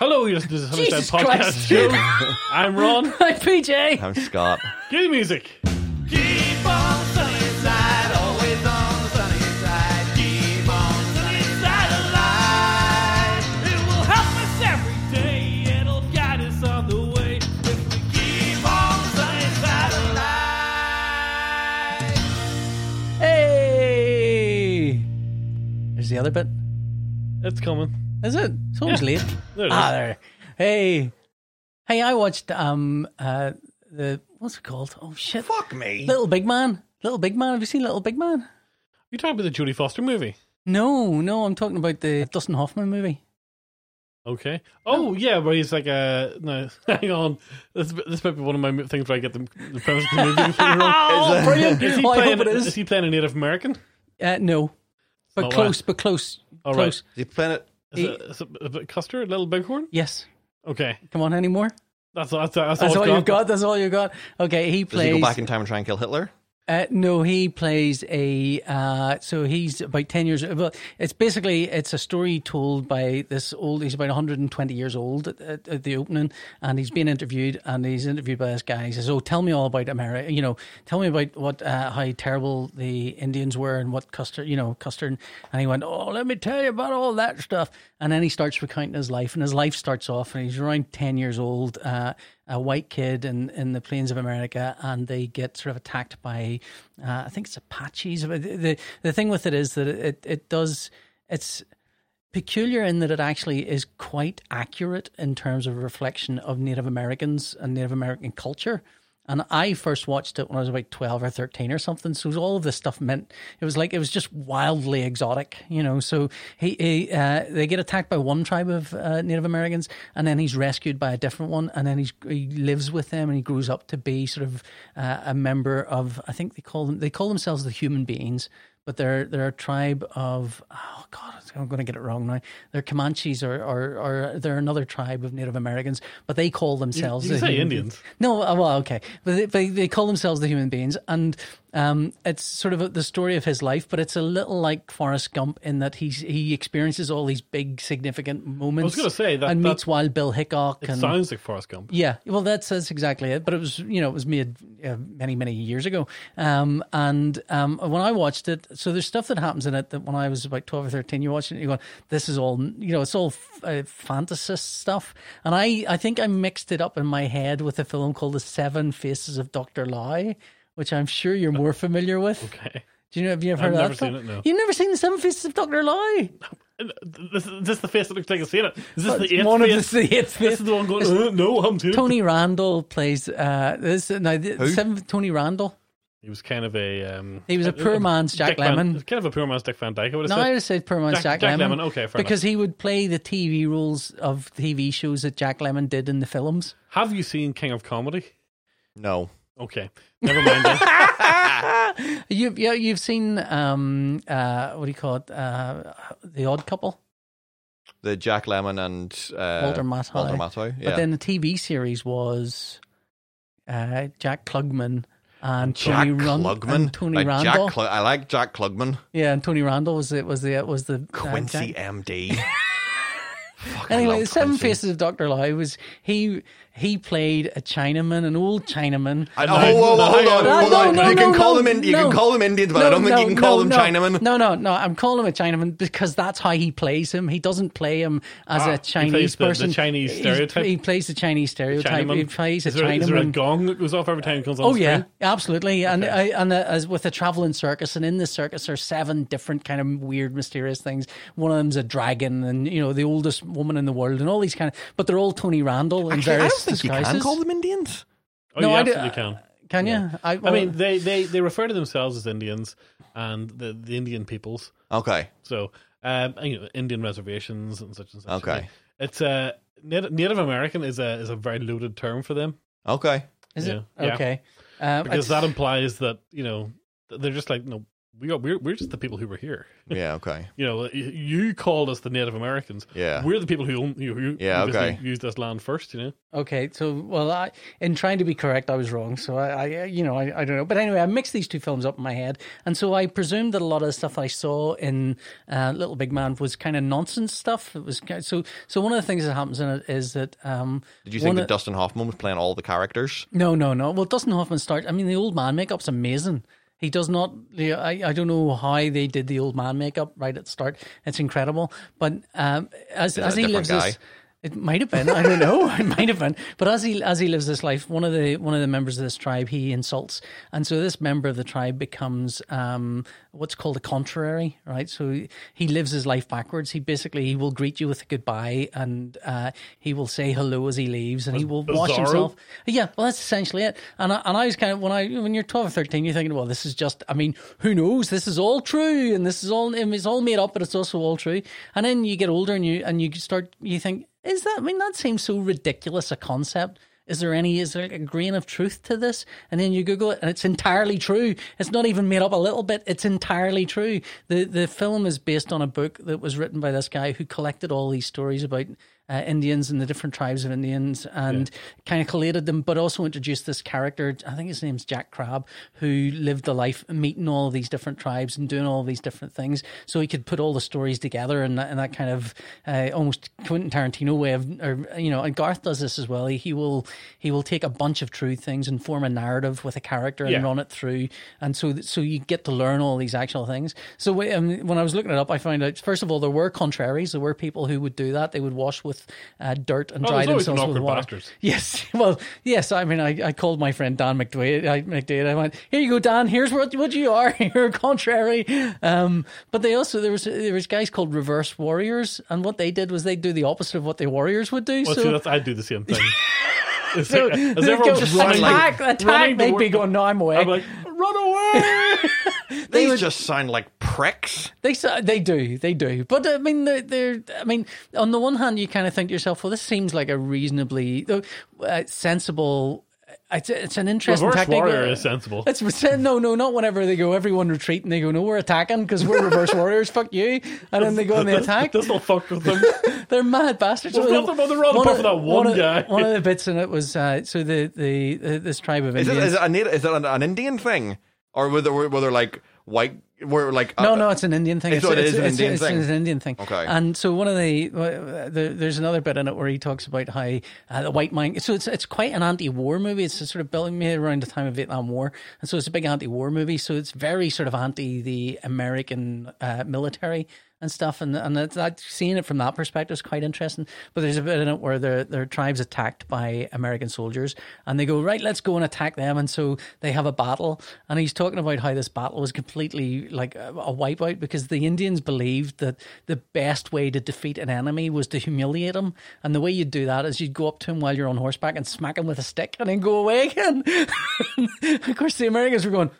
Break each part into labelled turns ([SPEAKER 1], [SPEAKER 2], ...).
[SPEAKER 1] Hello, you listen to the Sunshine
[SPEAKER 2] Jesus
[SPEAKER 1] Podcast
[SPEAKER 2] Christ.
[SPEAKER 1] Show. I'm Ron.
[SPEAKER 2] Hi, PJ.
[SPEAKER 3] I'm Scott.
[SPEAKER 1] Cue the music.
[SPEAKER 4] Keep on sunny side, always on the sunny side. Keep on sunny side alive. It will help us every day. It'll guide us on the way. If we keep on sunny side alive.
[SPEAKER 2] Hey. There's the other bit.
[SPEAKER 1] It's coming.
[SPEAKER 2] Is it? It's always
[SPEAKER 1] Yeah.
[SPEAKER 2] late.
[SPEAKER 1] There it
[SPEAKER 2] Ah,
[SPEAKER 1] is.
[SPEAKER 2] there. Hey. Hey, I watched um uh the what's it called? Oh shit.
[SPEAKER 3] Fuck me.
[SPEAKER 2] Little Big Man. Little Big Man. Have you seen Little Big Man?
[SPEAKER 1] You talking about the Judy Foster movie?
[SPEAKER 2] No, no, I'm talking about the Dustin Hoffman movie.
[SPEAKER 1] Okay. Oh yeah, where he's like a no. Hang on, this this might be one of my things where I get the, the premise of the movie. completely wrong.
[SPEAKER 2] Oh, brilliant.
[SPEAKER 1] Is he,
[SPEAKER 2] Oh, I
[SPEAKER 1] playing,
[SPEAKER 2] hope it
[SPEAKER 1] is.
[SPEAKER 2] is.
[SPEAKER 1] he playing a Native American?
[SPEAKER 2] Uh, no. But
[SPEAKER 1] not
[SPEAKER 2] close, but close.
[SPEAKER 1] All right.
[SPEAKER 2] close.
[SPEAKER 3] The planet.
[SPEAKER 1] Is
[SPEAKER 2] E-
[SPEAKER 1] it, is it, is it Custer, Little Bighorn?
[SPEAKER 2] Yes.
[SPEAKER 1] Okay,
[SPEAKER 2] Come on, any more?
[SPEAKER 1] that's that's that's,
[SPEAKER 2] That's
[SPEAKER 1] all,
[SPEAKER 2] all
[SPEAKER 1] I've
[SPEAKER 2] you've got. That's all you've got. Okay, he
[SPEAKER 3] Does
[SPEAKER 2] plays.
[SPEAKER 3] he go back in time and try and kill Hitler?
[SPEAKER 2] Uh, no, he plays a. Uh, so he's about ten years. Well, it's basically it's a story told by this old. He's about 120 years old at, at, at the opening, and he's being interviewed, and he's interviewed by this guy. He says, "Oh, tell me all about America. You know, tell me about what uh, how terrible the Indians were and what Custer, you know, Custer." And he went, "Oh, let me tell you about all that stuff." And then he starts recounting his life, and his life starts off, and he's around 10 years old. Uh, a white kid in, in the plains of America, and they get sort of attacked by, uh, I think it's Apaches. The, the the thing with it is that it it does it's peculiar in that it actually is quite accurate in terms of reflection of Native Americans and Native American culture. And I first watched it when I was about twelve or thirteen or something. So all of this stuff meant it was like it was just wildly exotic, you know. So he, he uh, they get attacked by one tribe of uh, Native Americans, and then he's rescued by a different one, and then he's, he lives with them, and he grows up to be sort of uh, a member of. I think they call them they call themselves the human beings, but they're they're a tribe of oh god I'm going to get it wrong now they're Comanches or or, or they're another tribe of Native Americans but they call themselves
[SPEAKER 1] you
[SPEAKER 2] the
[SPEAKER 1] say
[SPEAKER 2] human
[SPEAKER 1] Indians.
[SPEAKER 2] beings. no uh, well okay but they, they, they call themselves the human beings and um, it's sort of the story of his life but it's a little like Forrest Gump in that he's he experiences all these big significant moments
[SPEAKER 1] gonna say that-
[SPEAKER 2] and
[SPEAKER 1] that-
[SPEAKER 2] meets Wild Bill Hickok and
[SPEAKER 1] Sounds like Forrest Gump.
[SPEAKER 2] yeah, well, that's, that's exactly it. But it was, you know, it was made uh, many, many years ago. Um, and um, when I watched it, so there's stuff that happens in it that when I was about 12 or 13, you watch it and you go, this is all, you know, it's all uh, fantasy stuff. And I, I think I mixed it up in my head with a film called The Seven Faces of Dr. Lie, which I'm sure you're more familiar with.
[SPEAKER 1] Okay.
[SPEAKER 2] Do you know, have you ever heard
[SPEAKER 1] I've
[SPEAKER 2] of
[SPEAKER 1] never
[SPEAKER 2] that? film?
[SPEAKER 1] seen it, no.
[SPEAKER 2] You've never seen The Seven Faces of Dr. Lie?
[SPEAKER 1] This, is this the face that looks like I've seen it. Is this
[SPEAKER 2] It's
[SPEAKER 1] the eighth
[SPEAKER 2] one of the,
[SPEAKER 1] face?
[SPEAKER 2] the eighth
[SPEAKER 1] This
[SPEAKER 2] face.
[SPEAKER 1] is the one going. Uh, no, I haven't seen it."
[SPEAKER 2] Tony Randall plays uh, this. Now, the
[SPEAKER 3] Who?
[SPEAKER 2] seventh Tony Randall.
[SPEAKER 1] He was kind of a. Um,
[SPEAKER 2] He was a poor man's Jack
[SPEAKER 1] Van-
[SPEAKER 2] Lemmon.
[SPEAKER 1] kind of a poor man's Dick Van Dyke. I would
[SPEAKER 2] No,
[SPEAKER 1] have
[SPEAKER 2] I
[SPEAKER 1] said.
[SPEAKER 2] would have said Permanent
[SPEAKER 1] Jack-
[SPEAKER 2] Jack,
[SPEAKER 1] Jack
[SPEAKER 2] Lemon. oh,
[SPEAKER 1] Lemmon, okay, fair
[SPEAKER 2] because he would play the TV rules of TV shows that Jack Lemon did in the films.
[SPEAKER 1] Have you seen King of Comedy?
[SPEAKER 3] No.
[SPEAKER 1] Okay, never mind. then.
[SPEAKER 2] You, you you've seen um uh what do you call it uh the Odd Couple,
[SPEAKER 3] The Jack Lemon and uh,
[SPEAKER 2] Walter Matthau.
[SPEAKER 3] Walter Matthau. Yeah.
[SPEAKER 2] but then the TV series was uh Jack Klugman and
[SPEAKER 3] Jack
[SPEAKER 2] Tony Run-
[SPEAKER 3] Klugman.
[SPEAKER 2] and Tony
[SPEAKER 3] like
[SPEAKER 2] Randall.
[SPEAKER 3] Jack Clu- I like Jack Klugman.
[SPEAKER 2] yeah, and Tony Randall was the was the was the uh, Jack-
[SPEAKER 3] Quincy MD. Fuck, I
[SPEAKER 2] Anyway,
[SPEAKER 3] love
[SPEAKER 2] the Seven
[SPEAKER 3] Quincy.
[SPEAKER 2] Faces of Doctor Lie was he he played a Chinaman, an old Chinaman.
[SPEAKER 3] I, oh, whoa, whoa, hold on,
[SPEAKER 2] No,
[SPEAKER 3] hold
[SPEAKER 2] no,
[SPEAKER 3] on.
[SPEAKER 2] no,
[SPEAKER 3] you can
[SPEAKER 2] no,
[SPEAKER 3] call
[SPEAKER 2] no,
[SPEAKER 3] them in, you
[SPEAKER 2] no.
[SPEAKER 3] can call them Indians, but I don't think you can call them Chinaman.
[SPEAKER 2] No, no, no. I'm calling him a Chinaman because that's how he plays him. He doesn't play him as
[SPEAKER 1] Ah,
[SPEAKER 2] a
[SPEAKER 1] he
[SPEAKER 2] Chinese
[SPEAKER 1] plays the- the
[SPEAKER 2] person.
[SPEAKER 1] Chinese
[SPEAKER 2] He's-
[SPEAKER 1] stereotype.
[SPEAKER 2] He plays the Chinese stereotype.
[SPEAKER 1] Chinaman.
[SPEAKER 2] He plays a
[SPEAKER 1] is there,
[SPEAKER 2] Chinaman.
[SPEAKER 1] is there a gong that goes off every time he comes on?
[SPEAKER 2] Oh
[SPEAKER 1] the
[SPEAKER 2] yeah,
[SPEAKER 1] screen?
[SPEAKER 2] absolutely. And I, and uh, as with a traveling circus, and in the circus are seven different kind of weird, mysterious things. One of them's a dragon, and you know the oldest woman in the world, and all these kind of. But they're all Tony Randall in
[SPEAKER 3] Actually, I
[SPEAKER 2] various
[SPEAKER 3] don't think
[SPEAKER 2] disguises.
[SPEAKER 3] you can call them Indians.
[SPEAKER 1] Oh,
[SPEAKER 2] No,
[SPEAKER 1] you
[SPEAKER 2] I do-
[SPEAKER 1] absolutely can.
[SPEAKER 2] Can you? I,
[SPEAKER 1] I mean, they, they, they refer to themselves as Indians and the, the Indian peoples.
[SPEAKER 3] Okay.
[SPEAKER 1] So, um, you know, Indian reservations and such and such.
[SPEAKER 3] Okay.
[SPEAKER 1] It's uh, Native, Native American is a is a very loaded term for them
[SPEAKER 3] Okay.
[SPEAKER 2] is it
[SPEAKER 1] yeah, yeah.
[SPEAKER 2] okay? Um,
[SPEAKER 1] because
[SPEAKER 2] it's-
[SPEAKER 1] that implies that you know they're just like no we are, we're, we're just the people who were here.
[SPEAKER 3] Yeah, okay.
[SPEAKER 1] You know, you- you called us the Native Americans.
[SPEAKER 3] Yeah.
[SPEAKER 1] We're the people who, own- who, who
[SPEAKER 3] Yeah,
[SPEAKER 1] who basically
[SPEAKER 3] okay.
[SPEAKER 1] used this land first, you know?
[SPEAKER 2] Okay, so well, I, in trying to be correct, I was wrong. So I, I you know, I, I don't know. But anyway, I mixed these two films up in my head, and so I presumed that a lot of the stuff I saw in uh, Little Big Man was kind of nonsense stuff. It was kind so. So one of the things that happens in it is that um,
[SPEAKER 3] Did you
[SPEAKER 2] one
[SPEAKER 3] think that
[SPEAKER 2] of-
[SPEAKER 3] Dustin Hoffman was playing all the characters?
[SPEAKER 2] no, no, no. Well, Dustin Hoffman starts. I mean, the old man makeup's amazing. He does not. I, I don't know how they did the old man makeup right at the start. It's incredible. But um, as
[SPEAKER 3] that
[SPEAKER 2] as
[SPEAKER 3] a
[SPEAKER 2] he
[SPEAKER 3] different
[SPEAKER 2] lives this, it might have been. I don't know. It might have been. But as he as he lives this life, one of the one of the members of this tribe he insults, and so this member of the tribe becomes um, what's called a contrary, right? So he- he lives his life backwards. He basically he will greet you with a goodbye, and uh, he will say hello as he leaves, and he will wash
[SPEAKER 1] Bizarro?
[SPEAKER 2] himself. Yeah, well, that's essentially it. And I, and I was kind of when I when you're twelve or thirteen, you're thinking, well, this is just. I mean, who knows? This is all true, and this is all it's all made up, but it's also all true. And then you get older, and you and you start you think, is that? I mean, that seems so ridiculous a concept. Is there any? Is there a grain of truth to this? And then you Google it, and it's entirely true. It's not even made up a little bit. It's entirely true. the The film is based on a book that was written by this guy who collected all these stories about uh, Indians and the different tribes of Indians, and kind of collated them, but also introduced this character. I think his name's Jack Crab, who lived the life meeting all these different tribes and doing all these different things, so he could put all the stories together and that, and that kind of uh, almost Quentin Tarantino way of, or you know, and Garth does this as well. He, he will he will take a bunch of true things and form a narrative with a character and
[SPEAKER 1] Yeah.
[SPEAKER 2] run it through, and so th- so you get to learn all these actual things. So wh- um, when I was looking it up, I found out first of all there were contraries. There were people who would do that. They would wash with uh, dirt and
[SPEAKER 1] Oh,
[SPEAKER 2] dry
[SPEAKER 1] there's always
[SPEAKER 2] themselves
[SPEAKER 1] an
[SPEAKER 2] with
[SPEAKER 1] awkward
[SPEAKER 2] water.
[SPEAKER 1] bastards.
[SPEAKER 2] Yes. Well, yes. I mean, I, I called my friend Dan McDade. I, McDade. I went, here you go, Dan. Here's what what you are. You're contrary. Um, but they also there was there was guys called reverse warriors, and what they did was they would do the opposite of what the warriors would do.
[SPEAKER 1] Well,
[SPEAKER 2] so
[SPEAKER 1] see, that's, I'd do the same thing. As,
[SPEAKER 2] so
[SPEAKER 1] as
[SPEAKER 2] they'd
[SPEAKER 1] everyone's
[SPEAKER 2] go,
[SPEAKER 1] running, like,
[SPEAKER 2] attack, attack.
[SPEAKER 1] running
[SPEAKER 2] They'd
[SPEAKER 1] toward-
[SPEAKER 2] be going, no, I'm away.
[SPEAKER 1] I'm like, run away!
[SPEAKER 3] They
[SPEAKER 2] would-
[SPEAKER 3] just sound like pricks.
[SPEAKER 2] They s- they do they do, but I mean they're, they're I mean on the one hand you kind of think to yourself, well, this seems like a reasonably uh, sensible. uh, It's, it's an interesting
[SPEAKER 1] Reverse
[SPEAKER 2] tactic.
[SPEAKER 1] warrior is sensible.
[SPEAKER 2] It's no, no, not whenever they go, everyone retreat and they go, no, we're attacking because we're reverse warriors. Fuck you! And then they go and they attack.
[SPEAKER 1] This will fuck with them.
[SPEAKER 2] They're mad bastards.
[SPEAKER 1] Well,
[SPEAKER 2] One
[SPEAKER 1] nothing about the road apart
[SPEAKER 2] of-
[SPEAKER 1] from that one
[SPEAKER 2] of-
[SPEAKER 1] guy.
[SPEAKER 2] One of the bits in it was uh, so the, the the this tribe of
[SPEAKER 3] Is it,
[SPEAKER 2] Indians.
[SPEAKER 3] is it, a, native- is it an, an Indian thing, or were there, were there like white? Were like
[SPEAKER 2] No,
[SPEAKER 3] uh,
[SPEAKER 2] no, it's an Indian thing.
[SPEAKER 3] It's- so it is an Indian
[SPEAKER 2] it's,
[SPEAKER 3] thing.
[SPEAKER 2] It's an Indian thing.
[SPEAKER 3] Okay.
[SPEAKER 2] And so one of the, uh, the there's another bit in it where he talks about how uh, the white man. So it's it's quite an anti-war movie. It's sort of built made around the time of Vietnam War, and so it's a big anti-war movie. So it's very sort of anti the American uh, military. And stuff, and and that, that seeing it from that perspective is quite interesting. But there's a bit in it where their their tribes attacked by American soldiers, and they go right, let's go and attack them. And so they have a battle, and he's talking about how this battle was completely like a, a wipeout because the Indians believed that the best way to defeat an enemy was to humiliate him, and the way you do that is you'd go up to him while you're on horseback and smack him with a stick, and then go away again. of course, the Americans were going.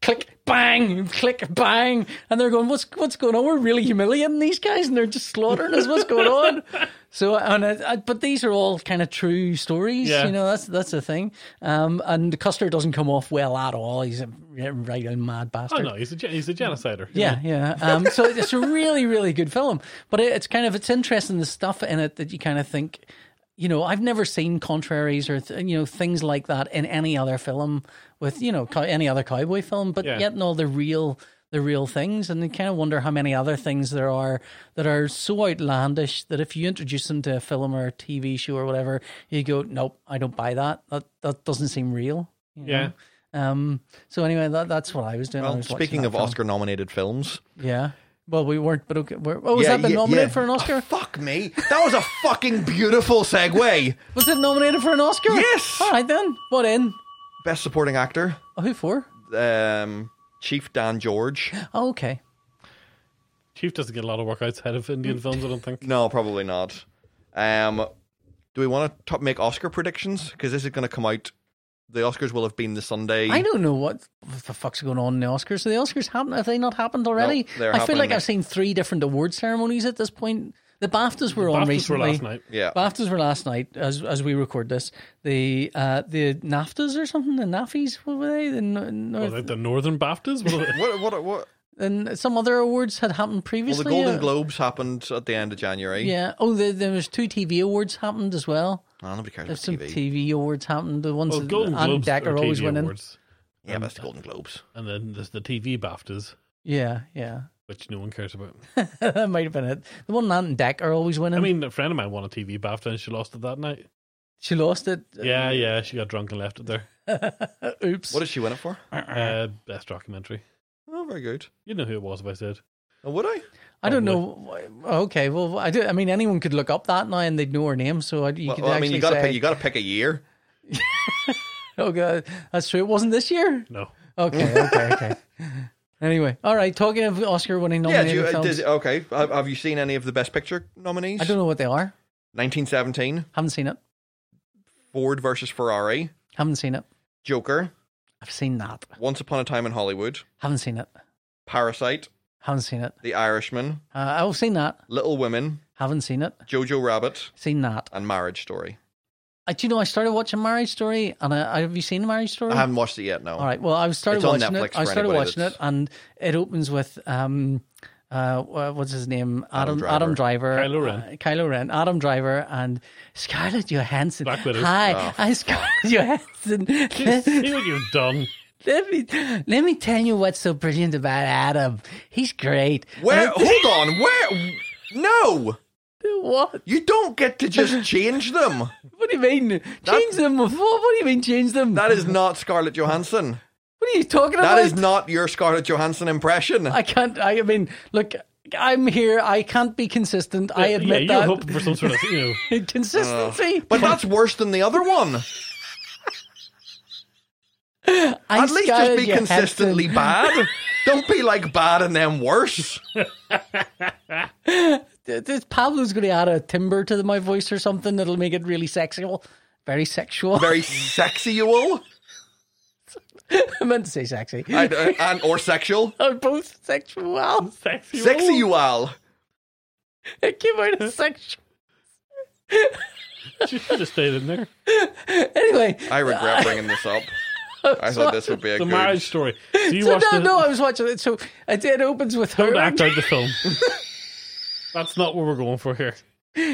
[SPEAKER 2] Click bang, click bang, and they're going, "What's what's going on? We're really humiliating these guys, and they're just slaughtering us. What's going on?" So, and I, I, but these are all kind of true stories,
[SPEAKER 1] Yeah.
[SPEAKER 2] you know. That's that's the thing. Um, and Custer doesn't come off well at all. He's a right old mad
[SPEAKER 1] Oh
[SPEAKER 2] bastard.
[SPEAKER 1] no, he's a gen- he's a genocider.
[SPEAKER 2] Yeah, yeah. Um, so it's a really, really good film. But it, it's kind of it's interesting the stuff in it that you kind of think, you know, I've never seen contraries or th- you know things like that in any other film with you know co- any other cowboy film. But
[SPEAKER 1] Yeah.
[SPEAKER 2] yet, no, the real the real things, and you kind of wonder how many other things there are that are so outlandish that if you introduce them to a film or a TV show or whatever, you go, nope, I don't buy that. That that doesn't seem real. you know?
[SPEAKER 1] Yeah.
[SPEAKER 2] Um. So anyway, that, that's what I was doing. when I
[SPEAKER 3] Well,
[SPEAKER 2] was watching
[SPEAKER 3] speaking
[SPEAKER 2] that
[SPEAKER 3] of
[SPEAKER 2] film.
[SPEAKER 3] Oscar-nominated films,
[SPEAKER 2] Yeah. Well, we weren't, but okay. We're, oh, was
[SPEAKER 3] Yeah,
[SPEAKER 2] that been
[SPEAKER 3] yeah,
[SPEAKER 2] nominated
[SPEAKER 3] yeah.
[SPEAKER 2] for an
[SPEAKER 3] Oh,
[SPEAKER 2] Oscar?
[SPEAKER 3] fuck me, that was a fucking beautiful segue.
[SPEAKER 2] Was it nominated for an Oscar?
[SPEAKER 3] Yes!
[SPEAKER 2] All right then. What in?
[SPEAKER 3] Best Supporting Actor,
[SPEAKER 2] Oh, who for?
[SPEAKER 3] um, Chief Dan George.
[SPEAKER 2] Oh, okay.
[SPEAKER 1] Chief doesn't get a lot of work outside of Indian films. I don't think.
[SPEAKER 3] No, probably not. Um, do we want to top make Oscar predictions? Because this is going to come out. The Oscars will have been the Sunday.
[SPEAKER 2] I don't know what, what the fuck's going on in the Oscars. So the Oscars happen? Have they not happened already?
[SPEAKER 3] they're
[SPEAKER 2] I feel
[SPEAKER 3] happening
[SPEAKER 2] like
[SPEAKER 3] next-
[SPEAKER 2] I've seen three different award ceremonies at this point. The BAFTAs were on
[SPEAKER 1] BAFTAs
[SPEAKER 2] recently.
[SPEAKER 1] were last night.
[SPEAKER 3] Yeah.
[SPEAKER 2] BAFTAs were last night as as we record this. The uh, the NAFTAs or something. The NAFIs, what were they? The, N- North-
[SPEAKER 1] Well, like the Northern BAFTAs. What are they?
[SPEAKER 3] What? What? What?
[SPEAKER 2] than some other awards had happened
[SPEAKER 3] Well, the
[SPEAKER 2] previously.
[SPEAKER 3] Golden
[SPEAKER 2] Uh,
[SPEAKER 3] Globes happened at the end of January.
[SPEAKER 2] Yeah. Oh, the, there was two TV awards happened as well.
[SPEAKER 3] Oh, nobody cares
[SPEAKER 2] There's
[SPEAKER 3] about
[SPEAKER 2] some
[SPEAKER 3] TV.
[SPEAKER 2] TV awards happened. The ones
[SPEAKER 1] Well,
[SPEAKER 2] that
[SPEAKER 1] Oh, Golden
[SPEAKER 2] Anne
[SPEAKER 1] Globes
[SPEAKER 2] Decker
[SPEAKER 1] are
[SPEAKER 2] always
[SPEAKER 1] TV
[SPEAKER 2] winning.
[SPEAKER 1] awards,
[SPEAKER 3] yeah, but it's the Golden Globes.
[SPEAKER 1] and then there's the TV BAFTAs,
[SPEAKER 2] Yeah, yeah.
[SPEAKER 1] which no one cares about.
[SPEAKER 2] that might have been it. The one Anne Decker always winning.
[SPEAKER 1] I mean, a friend of mine won a TV BAFTA and she lost it that night.
[SPEAKER 2] she lost it. Uh,
[SPEAKER 1] Yeah, yeah, she got drunk and left it there.
[SPEAKER 2] Oops.
[SPEAKER 3] What did she win it for?
[SPEAKER 1] Uh, best documentary.
[SPEAKER 3] Oh, very good.
[SPEAKER 1] You know who it was if I said.
[SPEAKER 3] Oh, would I?
[SPEAKER 2] I don't know. Okay, well, I do. I mean, anyone could look up that now and they'd know her name. So I, you
[SPEAKER 3] Well,
[SPEAKER 2] could
[SPEAKER 3] well, I
[SPEAKER 2] actually
[SPEAKER 3] mean, you got to
[SPEAKER 2] say,
[SPEAKER 3] pick. You got to pick a year.
[SPEAKER 2] okay, that's true. It wasn't this year.
[SPEAKER 1] No.
[SPEAKER 2] Okay, okay, okay. Anyway, all right. Talking of Oscar-winning
[SPEAKER 3] Yeah.
[SPEAKER 2] nominated
[SPEAKER 3] Do you, uh,
[SPEAKER 2] films,
[SPEAKER 3] does, okay. Have, have you seen any of the Best Picture nominees?
[SPEAKER 2] I don't know what they are.
[SPEAKER 3] 1917,
[SPEAKER 2] Haven't seen it.
[SPEAKER 3] Ford versus Ferrari,
[SPEAKER 2] Haven't seen it.
[SPEAKER 3] Joker,
[SPEAKER 2] I've seen that.
[SPEAKER 3] Once Upon a Time in Hollywood,
[SPEAKER 2] Haven't seen it.
[SPEAKER 3] Parasite,
[SPEAKER 2] Haven't seen it.
[SPEAKER 3] The Irishman,
[SPEAKER 2] Uh, I've seen that.
[SPEAKER 3] Little Women,
[SPEAKER 2] Haven't seen it.
[SPEAKER 3] Jojo Rabbit,
[SPEAKER 2] Seen that.
[SPEAKER 3] and Marriage Story.
[SPEAKER 2] I, do you know I started watching Marriage Story, and I, have you seen Marriage Story?
[SPEAKER 3] I haven't watched it yet. No.
[SPEAKER 2] Mm. All right. Well, I started
[SPEAKER 3] It's on
[SPEAKER 2] watching
[SPEAKER 3] Netflix
[SPEAKER 2] it. I
[SPEAKER 3] for
[SPEAKER 2] started
[SPEAKER 3] anybody
[SPEAKER 2] watching
[SPEAKER 3] that's-
[SPEAKER 2] it, and it opens with um, uh, wha- what's his name? Adam
[SPEAKER 3] Adam
[SPEAKER 2] Driver. Adam
[SPEAKER 1] Kylo
[SPEAKER 2] Driver.
[SPEAKER 1] Ren.
[SPEAKER 2] Uh, Kylo Ren. Adam Driver and Scarlett Johansson.
[SPEAKER 1] Black Widow.
[SPEAKER 2] Hi,
[SPEAKER 3] Oh,
[SPEAKER 2] I'm Scarlett Johansson.
[SPEAKER 1] You
[SPEAKER 2] let,
[SPEAKER 1] See what you've done.
[SPEAKER 2] me let me tell you what's so brilliant about Adam. He's great.
[SPEAKER 3] Where?
[SPEAKER 2] And
[SPEAKER 3] hold on. Where? No.
[SPEAKER 2] I- what?
[SPEAKER 3] You don't get to just change them.
[SPEAKER 2] What do you mean? Change them? What, what do you mean change them?
[SPEAKER 3] That is not Scarlett Johansson.
[SPEAKER 2] what are you talking about?
[SPEAKER 3] That is not your Scarlett Johansson impression.
[SPEAKER 2] I can't. I mean, look. I'm here. I can't be consistent. I admit
[SPEAKER 1] yeah, you're
[SPEAKER 2] that.
[SPEAKER 1] hoping for some sort of, you know.
[SPEAKER 2] Consistency.
[SPEAKER 3] Uh, but that's worse than the other one.
[SPEAKER 2] I
[SPEAKER 3] At least just
[SPEAKER 2] scouted
[SPEAKER 3] be
[SPEAKER 2] your
[SPEAKER 3] consistently
[SPEAKER 2] Hudson.
[SPEAKER 3] bad. Don't be like bad and then worse.
[SPEAKER 2] Th- th- Pablo's going to add a timbre to the- my voice or something that'll make it really sexual. Very sexual.
[SPEAKER 3] Very sexual
[SPEAKER 2] I meant to say sexy.
[SPEAKER 3] and, uh, and or sexual.
[SPEAKER 2] They're both sexual.
[SPEAKER 1] Sexy.
[SPEAKER 3] Sexual.
[SPEAKER 2] It came out as sexual.
[SPEAKER 1] You should have stayed in there.
[SPEAKER 2] Anyway,
[SPEAKER 3] I regret bringing this up. I thought this would be a
[SPEAKER 1] The
[SPEAKER 3] good.
[SPEAKER 1] marriage story. So you
[SPEAKER 2] so
[SPEAKER 1] watched
[SPEAKER 2] no,
[SPEAKER 1] the,
[SPEAKER 2] no, I was watching it. So it, it opens with her.
[SPEAKER 1] Don't act out the film. That's not what we're going for here.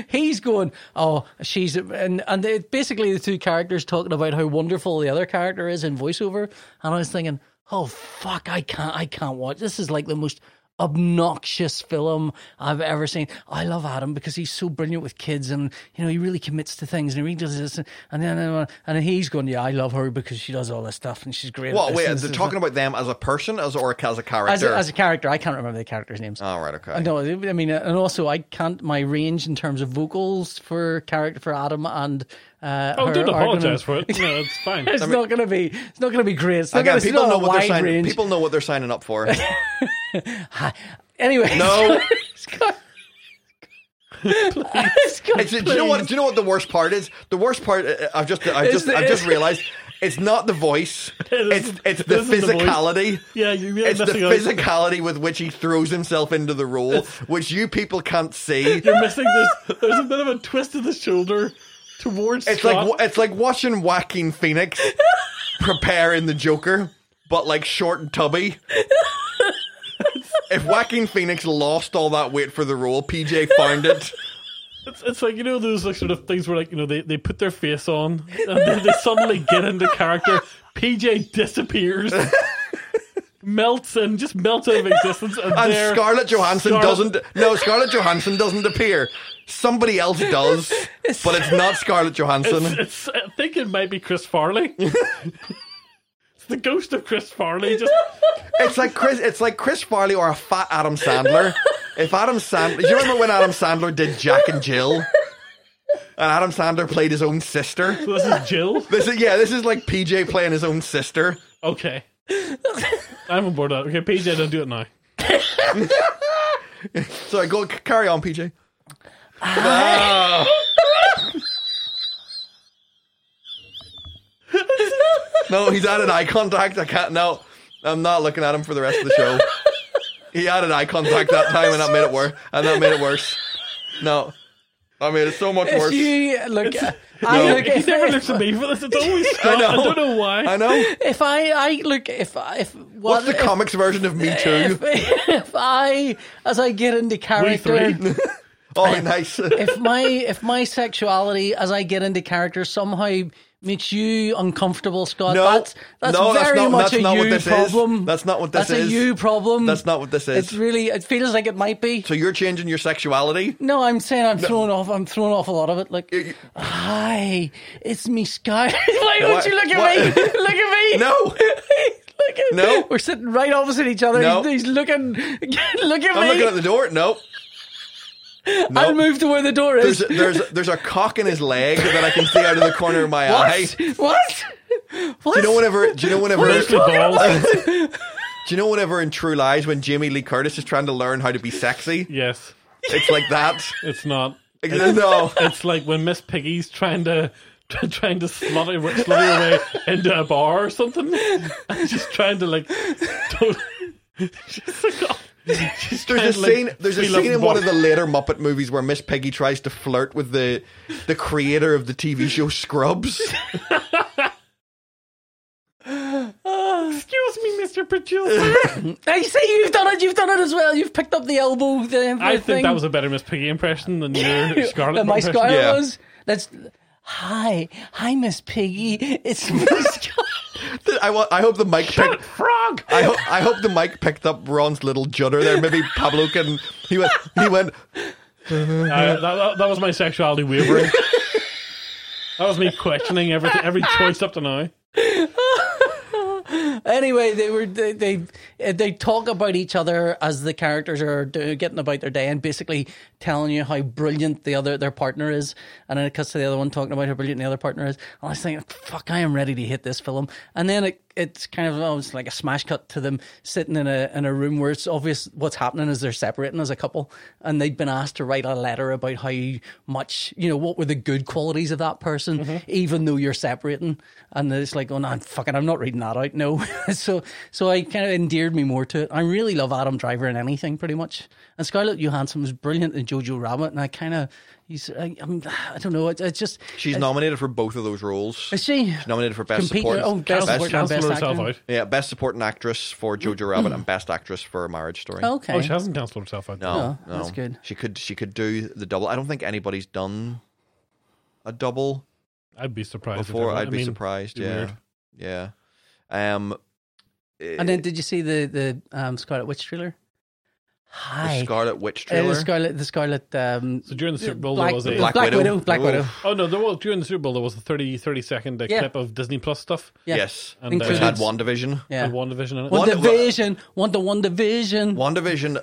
[SPEAKER 2] he's going, oh, she's and and they, basically the two characters talking about how wonderful the other character is in voiceover, and I was thinking, oh fuck, I can't, I can't watch. This is like the most obnoxious film I've ever seen. I love Adam because he's so brilliant with kids, and you know he really commits to things, and he really does this, and then and then he's going, yeah, I love her because she does all this stuff, and she's great. at
[SPEAKER 3] What?
[SPEAKER 2] this,
[SPEAKER 3] Wait,
[SPEAKER 2] and
[SPEAKER 3] they're
[SPEAKER 2] this
[SPEAKER 3] talking about them as a person, as or
[SPEAKER 2] and that."
[SPEAKER 3] as a
[SPEAKER 2] as
[SPEAKER 3] character.
[SPEAKER 2] a, as a character. I can't remember the characters' names.
[SPEAKER 3] All right. Okay.
[SPEAKER 2] Uh, I know. I mean, and also I can't my range in terms of vocals for character for Adam and uh,
[SPEAKER 1] Oh,
[SPEAKER 2] her
[SPEAKER 1] don't
[SPEAKER 2] are gonna-
[SPEAKER 1] apologize for it. No, it's fine.
[SPEAKER 2] It's not going to be. It's not going to be great. It's not
[SPEAKER 3] Again,
[SPEAKER 2] gonna, it's
[SPEAKER 3] people
[SPEAKER 2] not
[SPEAKER 3] know
[SPEAKER 2] a
[SPEAKER 3] what they're
[SPEAKER 2] wide
[SPEAKER 3] signing.
[SPEAKER 2] range.
[SPEAKER 3] People know what they're signing up for.
[SPEAKER 2] Anyway,
[SPEAKER 3] No.
[SPEAKER 2] it's got- it's got-
[SPEAKER 3] It's, do you know what?
[SPEAKER 2] please.
[SPEAKER 3] Do you know what the worst part is? The worst part. uh, I've just. I've
[SPEAKER 2] It's
[SPEAKER 3] just.
[SPEAKER 2] the-
[SPEAKER 3] I've just
[SPEAKER 2] it's-
[SPEAKER 3] realized. It's not the voice.
[SPEAKER 1] It
[SPEAKER 3] It's
[SPEAKER 1] isn't-
[SPEAKER 3] it's
[SPEAKER 1] it
[SPEAKER 3] the
[SPEAKER 1] isn't the voice.
[SPEAKER 3] physicality.
[SPEAKER 1] Yeah, you're really
[SPEAKER 3] It's the
[SPEAKER 1] missing out.
[SPEAKER 3] physicality with which he throws himself into the role, which you people can't see.
[SPEAKER 1] You're missing this. There's a bit of a twist of the shoulder towards
[SPEAKER 3] It's like
[SPEAKER 1] Scott.
[SPEAKER 3] wa- it's like watching Joaquin Phoenix prepare in the Joker, but like short and tubby. if Joaquin Phoenix lost all that weight for the role, PJ found it.
[SPEAKER 1] It's, it's like you know those like sort of things where like you know they, they put their face on and then they suddenly get into character. PJ disappears, melts and just melts out of existence, and,
[SPEAKER 3] And
[SPEAKER 1] there-
[SPEAKER 3] Scarlett Johansson
[SPEAKER 1] Scarlett-
[SPEAKER 3] doesn't. No, Scarlett Johansson doesn't appear. Somebody else does, but it's not Scarlett Johansson.
[SPEAKER 1] It's, it's, I think it might be Chris Farley. it's the ghost of Chris Farley. Just
[SPEAKER 3] It's like Chris. It's like Chris Farley or a fat Adam Sandler. If Adam Sandler, do you remember when Adam Sandler did Jack and Jill, and Adam Sandler played his own sister?
[SPEAKER 1] so this is Jill.
[SPEAKER 3] This is yeah. This is like PJ playing his own sister.
[SPEAKER 1] Okay, I'm on board. With that. Okay, PJ, don't do it now.
[SPEAKER 3] Sorry, go c- carry on, PJ.
[SPEAKER 2] Ah.
[SPEAKER 3] No, he's added eye contact. I can't. No, I'm not looking at him for the rest of the show. He added eye contact that time, and that made it worse. And that made it worse. No. I mean, it's so much
[SPEAKER 2] If
[SPEAKER 3] worse.
[SPEAKER 2] you look, I
[SPEAKER 3] No.
[SPEAKER 2] look,
[SPEAKER 1] He
[SPEAKER 2] if,
[SPEAKER 1] never looks at me for this. It's always Scott. I,
[SPEAKER 3] know.
[SPEAKER 1] don't know why.
[SPEAKER 3] I know.
[SPEAKER 2] if I, I look, if I- if what,
[SPEAKER 3] What's the
[SPEAKER 2] if,
[SPEAKER 3] comics version of Me Too?
[SPEAKER 2] if, if I, as I get into character,
[SPEAKER 1] three.
[SPEAKER 3] Oh, nice.
[SPEAKER 2] if my if my sexuality as I get into character somehow makes you uncomfortable, Scott,
[SPEAKER 3] No.
[SPEAKER 2] that's that's
[SPEAKER 3] No, that's
[SPEAKER 2] very
[SPEAKER 3] not-
[SPEAKER 2] much
[SPEAKER 3] that's
[SPEAKER 2] a
[SPEAKER 3] not
[SPEAKER 2] you
[SPEAKER 3] what this is.
[SPEAKER 2] problem.
[SPEAKER 3] That's not what this
[SPEAKER 2] That's
[SPEAKER 3] is.
[SPEAKER 2] a you problem.
[SPEAKER 3] That's not what this is.
[SPEAKER 2] It's really. It feels like it might be.
[SPEAKER 3] So you're changing your sexuality?
[SPEAKER 2] No, I'm saying I'm thrown off. I'm thrown off a lot of it. Like,
[SPEAKER 3] you-
[SPEAKER 2] hi, it's me, Sky. Why
[SPEAKER 3] What-
[SPEAKER 2] don't you look at
[SPEAKER 3] what-
[SPEAKER 2] me? Look at me.
[SPEAKER 3] No.
[SPEAKER 2] look at
[SPEAKER 3] No.
[SPEAKER 2] We're sitting right opposite each other.
[SPEAKER 3] No.
[SPEAKER 2] He's, he's looking. look at
[SPEAKER 3] I'm
[SPEAKER 2] me.
[SPEAKER 3] looking at the door. Nope. No.
[SPEAKER 2] I'll move to where the door
[SPEAKER 3] There's,
[SPEAKER 2] is.
[SPEAKER 3] there's, there's a cock in his leg that I can see out of the corner of my eye.
[SPEAKER 2] What? What? What?
[SPEAKER 3] Do you know whenever? Do you know whenever?
[SPEAKER 1] Where's the
[SPEAKER 3] Do
[SPEAKER 1] balls?
[SPEAKER 3] you know whenever in True Lies when Jamie Lee Curtis is trying to learn how to be sexy?
[SPEAKER 1] yes,
[SPEAKER 3] It's like that.
[SPEAKER 1] it's not.
[SPEAKER 3] Like, no,
[SPEAKER 1] It's like when Miss Piggy's trying to trying to slut her, slut her way into a bar or something. And she's trying to like. Totally, she's like, oh, she's trying
[SPEAKER 3] there's a
[SPEAKER 1] to, like,
[SPEAKER 3] scene. There's a
[SPEAKER 1] feel up
[SPEAKER 3] scene in one of
[SPEAKER 1] bottom.
[SPEAKER 3] the later Muppet movies where Miss Piggy tries to flirt with the the creator of the TV show Scrubs.
[SPEAKER 1] Excuse me, Mr. Producer.
[SPEAKER 2] I see you've done it. You've done it as well. You've picked up the elbow. The,
[SPEAKER 1] I
[SPEAKER 2] the
[SPEAKER 1] think
[SPEAKER 2] thing.
[SPEAKER 1] that was a better Miss Piggy impression than your Scarlet
[SPEAKER 2] That my
[SPEAKER 1] impression.
[SPEAKER 2] Scarlet
[SPEAKER 3] Yeah.
[SPEAKER 2] was. That's. Hi, hi, Miss Piggy. It's Miss. Scarlet.
[SPEAKER 3] I, wa- I hope the mic picked.
[SPEAKER 1] Frog.
[SPEAKER 3] I, ho- I hope the mic picked up Ron's little judder there. Maybe Pablo can. He went. He went.
[SPEAKER 1] Uh, that, that, that was my sexuality wavering. that was me questioning everything, every choice up to now.
[SPEAKER 2] anyway, they were they, they uh, they talk about each other as the characters are do, getting about their day and basically telling you how brilliant the other their partner is, and then it cuts to the other one talking about how brilliant the other partner is. And I was thinking, fuck, I am ready to hit this film. And then it it's kind of oh, it's like a smash cut to them sitting in a in a room where it's obvious what's happening is they're separating as a couple, and they've been asked to write a letter about how much you know what were the good qualities of that person,
[SPEAKER 1] Mm-hmm.
[SPEAKER 2] even though you're separating. And it's like, oh no, fucking, I'm not reading that out. No, so so I kind of endeared me more to it. I really love Adam Driver in anything pretty much, and Scarlett Johansson was brilliant in Jojo Rabbit, and I kind of. He's, I, I'm, I don't know. It's it's just
[SPEAKER 3] She's nominated for both of those roles.
[SPEAKER 2] is she
[SPEAKER 3] She's nominated for best
[SPEAKER 2] Compete-
[SPEAKER 3] support.
[SPEAKER 2] oh, best
[SPEAKER 1] Cancel,
[SPEAKER 2] support, not
[SPEAKER 1] cancel
[SPEAKER 2] best
[SPEAKER 1] herself
[SPEAKER 2] actor.
[SPEAKER 1] out. Oh,
[SPEAKER 3] Yeah, best supporting actress for Jojo Rabbit and best actress for Marriage Story.
[SPEAKER 2] Mm. Okay,
[SPEAKER 1] Oh, she hasn't cancelled herself out.
[SPEAKER 3] No,
[SPEAKER 2] No, that's good.
[SPEAKER 3] She could she could do the double. I don't think anybody's done a double
[SPEAKER 1] I'd be surprised. if
[SPEAKER 3] before.
[SPEAKER 1] everyone-
[SPEAKER 3] I'd
[SPEAKER 1] I
[SPEAKER 3] be
[SPEAKER 1] mean,
[SPEAKER 3] surprised.
[SPEAKER 1] it'd be
[SPEAKER 3] Yeah, yeah. Um,
[SPEAKER 2] And then, did you see the the um, Scarlet Witch trailer?
[SPEAKER 3] the
[SPEAKER 2] Hi,
[SPEAKER 3] Scarlet Witch
[SPEAKER 2] Uh,
[SPEAKER 3] trailer.
[SPEAKER 2] the Scarlet, the Scarlet. Um,
[SPEAKER 1] So during the Super Bowl,
[SPEAKER 2] Black,
[SPEAKER 1] there was a.
[SPEAKER 2] Black, Widow. Black
[SPEAKER 3] Oof.
[SPEAKER 2] Widow.
[SPEAKER 1] Oh no! There was during the Super Bowl there was a 30, 30 second uh,
[SPEAKER 2] Yeah.
[SPEAKER 1] clip of Disney Plus stuff
[SPEAKER 2] Yeah.
[SPEAKER 3] Yes,
[SPEAKER 1] and
[SPEAKER 3] which had
[SPEAKER 2] Included.
[SPEAKER 3] one division.
[SPEAKER 2] Yeah.
[SPEAKER 1] and One Division in it.
[SPEAKER 2] One
[SPEAKER 3] Wanda-
[SPEAKER 2] division. Want the one division.
[SPEAKER 3] One division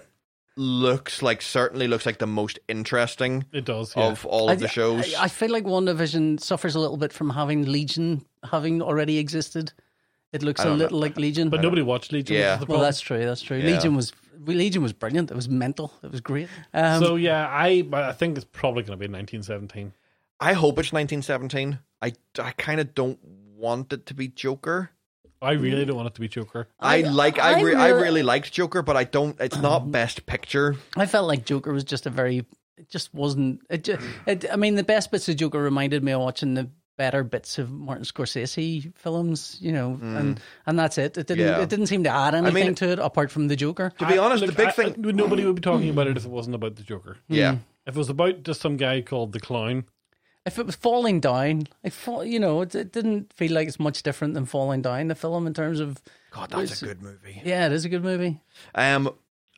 [SPEAKER 3] looks like certainly looks like the most interesting
[SPEAKER 1] It does. Yeah.
[SPEAKER 3] of all of the shows.
[SPEAKER 2] I, I feel like one division suffers a little bit from having Legion having already existed. It looks a
[SPEAKER 3] don't know.
[SPEAKER 2] little like Legion.
[SPEAKER 1] but nobody watched Legion. which
[SPEAKER 3] Yeah.
[SPEAKER 1] is the
[SPEAKER 2] well,
[SPEAKER 1] problem.
[SPEAKER 2] that's true. That's true.
[SPEAKER 3] Yeah.
[SPEAKER 2] Legion was Legion was brilliant. It was mental. It was great. Um,
[SPEAKER 1] so yeah, I but I think it's probably going to be nineteen seventeen.
[SPEAKER 3] I hope it's 1917. I, I kind of don't want it to be Joker.
[SPEAKER 1] I really don't want it to be Joker.
[SPEAKER 3] I, like I
[SPEAKER 2] I
[SPEAKER 3] re- I
[SPEAKER 2] really-
[SPEAKER 3] really liked Joker, but I don't. It's not Best Picture.
[SPEAKER 2] I felt like Joker was just a very. It just wasn't. It, ju it. I mean, the best bits of Joker reminded me of watching the better bits of Martin Scorsese films. You know, and and that's it. It didn't.
[SPEAKER 3] Mm. Yeah.
[SPEAKER 2] It didn't seem to add anything
[SPEAKER 3] mean-
[SPEAKER 2] to it apart from the Joker.
[SPEAKER 3] To be
[SPEAKER 1] I-
[SPEAKER 3] honest,
[SPEAKER 1] look,
[SPEAKER 3] the big
[SPEAKER 1] I- mm-hmm.
[SPEAKER 3] thing.
[SPEAKER 1] I- nobody would be talking about it if it wasn't about the Joker.
[SPEAKER 2] Hmm.
[SPEAKER 3] yeah,
[SPEAKER 1] If it was about just some guy called the Clown,
[SPEAKER 2] If it was falling down, I fall, you know, it, it didn't feel like it's much different than falling down. The film in terms of.
[SPEAKER 3] God, that's a good movie.
[SPEAKER 2] Yeah, it is a good movie.
[SPEAKER 3] Um,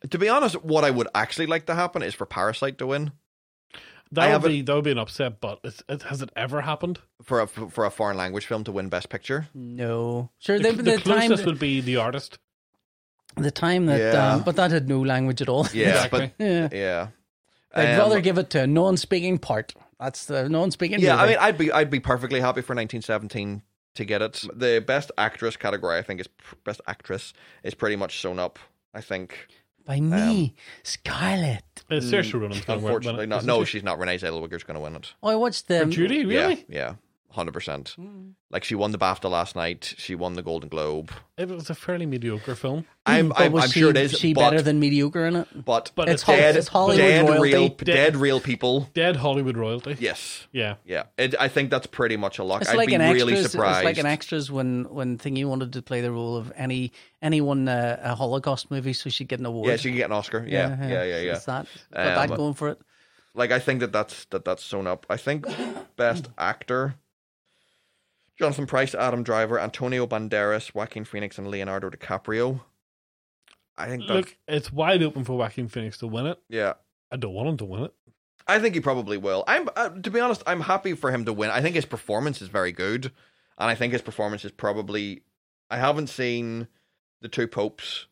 [SPEAKER 3] to be honest, what I would actually like to happen is for Parasite to win I
[SPEAKER 1] that
[SPEAKER 3] have
[SPEAKER 1] would be that would be an upset. But it's, it, has it ever happened?
[SPEAKER 3] for a for a foreign language film to win Best Picture.
[SPEAKER 2] Mm-hmm. No, sure.
[SPEAKER 1] The, the
[SPEAKER 2] The, the time,
[SPEAKER 1] closest would be the artist.
[SPEAKER 2] the time that,
[SPEAKER 3] Yeah.
[SPEAKER 2] um, but that had no language at all.
[SPEAKER 3] Yeah,
[SPEAKER 1] Exactly.
[SPEAKER 2] yeah.
[SPEAKER 3] but yeah,
[SPEAKER 2] I'd
[SPEAKER 3] Um,
[SPEAKER 2] rather give it to a non-speaking part. That's the non-speaking.
[SPEAKER 3] Yeah, I
[SPEAKER 2] movie.
[SPEAKER 3] mean, I'd be I'd be perfectly happy for 1917 to get it. The Best Actress category, I think, is Best Actress is pretty much sewn up. I think.
[SPEAKER 2] by
[SPEAKER 3] um,
[SPEAKER 2] me, Scarlett.
[SPEAKER 1] Uh, Saoirse Ronan's going to win.
[SPEAKER 3] Mm, Unfortunately,
[SPEAKER 1] it,
[SPEAKER 3] not.
[SPEAKER 1] isn't
[SPEAKER 3] No,
[SPEAKER 1] she?
[SPEAKER 3] she's not. Renee Zellweger's going to win it.
[SPEAKER 2] Oh, I watched the
[SPEAKER 1] Judy, really?
[SPEAKER 3] Yeah, yeah. hundred percent.
[SPEAKER 2] Mm.
[SPEAKER 3] Like she won the BAFTA last night. She won the Golden Globe.
[SPEAKER 1] It was a fairly mediocre film.
[SPEAKER 3] I'm,
[SPEAKER 2] Mm, But
[SPEAKER 3] I'm,
[SPEAKER 2] was
[SPEAKER 3] I'm
[SPEAKER 2] she,
[SPEAKER 3] sure it is.
[SPEAKER 2] She
[SPEAKER 3] but,
[SPEAKER 2] better than mediocre in it.
[SPEAKER 3] but,
[SPEAKER 1] But
[SPEAKER 2] It's Hol-
[SPEAKER 3] dead,
[SPEAKER 2] it's Hollywood
[SPEAKER 3] dead
[SPEAKER 2] royalty.
[SPEAKER 3] real, dead.
[SPEAKER 1] Dead.
[SPEAKER 3] real people.
[SPEAKER 1] Dead Hollywood royalty.
[SPEAKER 3] Yes.
[SPEAKER 1] Yeah.
[SPEAKER 3] Yeah, it, I think that's pretty much a lock.
[SPEAKER 2] It's
[SPEAKER 3] I'd
[SPEAKER 2] like
[SPEAKER 3] be
[SPEAKER 2] an
[SPEAKER 3] really
[SPEAKER 2] extras.
[SPEAKER 3] surprised.
[SPEAKER 2] It's like an extras when when Thingy wanted to play the role of any anyone uh, a Holocaust movie, so she'd get an award.
[SPEAKER 3] yeah, she can get an Oscar. Yeah, yeah, yeah, yeah.
[SPEAKER 2] So It's that got
[SPEAKER 3] Um,
[SPEAKER 2] that going for it.
[SPEAKER 3] Like I think that that's that that's sewn up. I think best actor: Jonathan Price, Adam Driver, Antonio Banderas, Joaquin Phoenix, and Leonardo DiCaprio. I think that's
[SPEAKER 1] Look, it's wide open for Joaquin Phoenix to win it.
[SPEAKER 3] yeah.
[SPEAKER 1] I don't want him to win it.
[SPEAKER 3] I think he probably will. I'm uh, to be honest, I'm happy for him to win. I think his performance is very good, and I think his performance is probably. I haven't seen the two popes,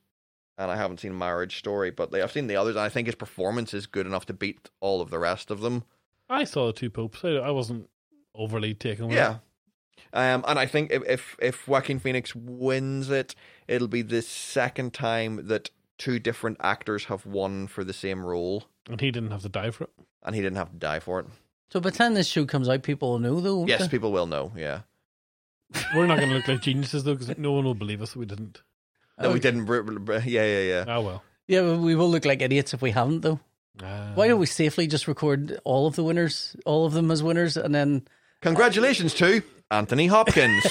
[SPEAKER 3] and I haven't seen Marriage Story, but like, I've seen the others, and I think his performance is good enough to beat all of the rest of them.
[SPEAKER 1] I saw the two popes. I, I wasn't overly taken with
[SPEAKER 3] Yeah.
[SPEAKER 1] it.
[SPEAKER 3] Um, and I think if, if if Joaquin Phoenix wins it, it'll be the second time that two different actors have won for the same role,
[SPEAKER 1] And he didn't have to die for it.
[SPEAKER 3] and he didn't have to die for it.
[SPEAKER 2] So by the time this show comes out, people will know though. won't
[SPEAKER 3] Yes,
[SPEAKER 2] they?
[SPEAKER 3] people will know. Yeah.
[SPEAKER 1] We're not going to look like geniuses, though, because no one will believe us that we didn't.
[SPEAKER 3] No, we
[SPEAKER 2] Okay.
[SPEAKER 3] didn't. br- br- br- Yeah, yeah, yeah.
[SPEAKER 2] Uh,
[SPEAKER 1] Ah, well.
[SPEAKER 2] Yeah, but we will look like idiots if we haven't though.
[SPEAKER 1] Uh,
[SPEAKER 2] Why don't we safely just record all of the winners, all of them as winners, and then
[SPEAKER 3] Congratulations to Anthony Hopkins.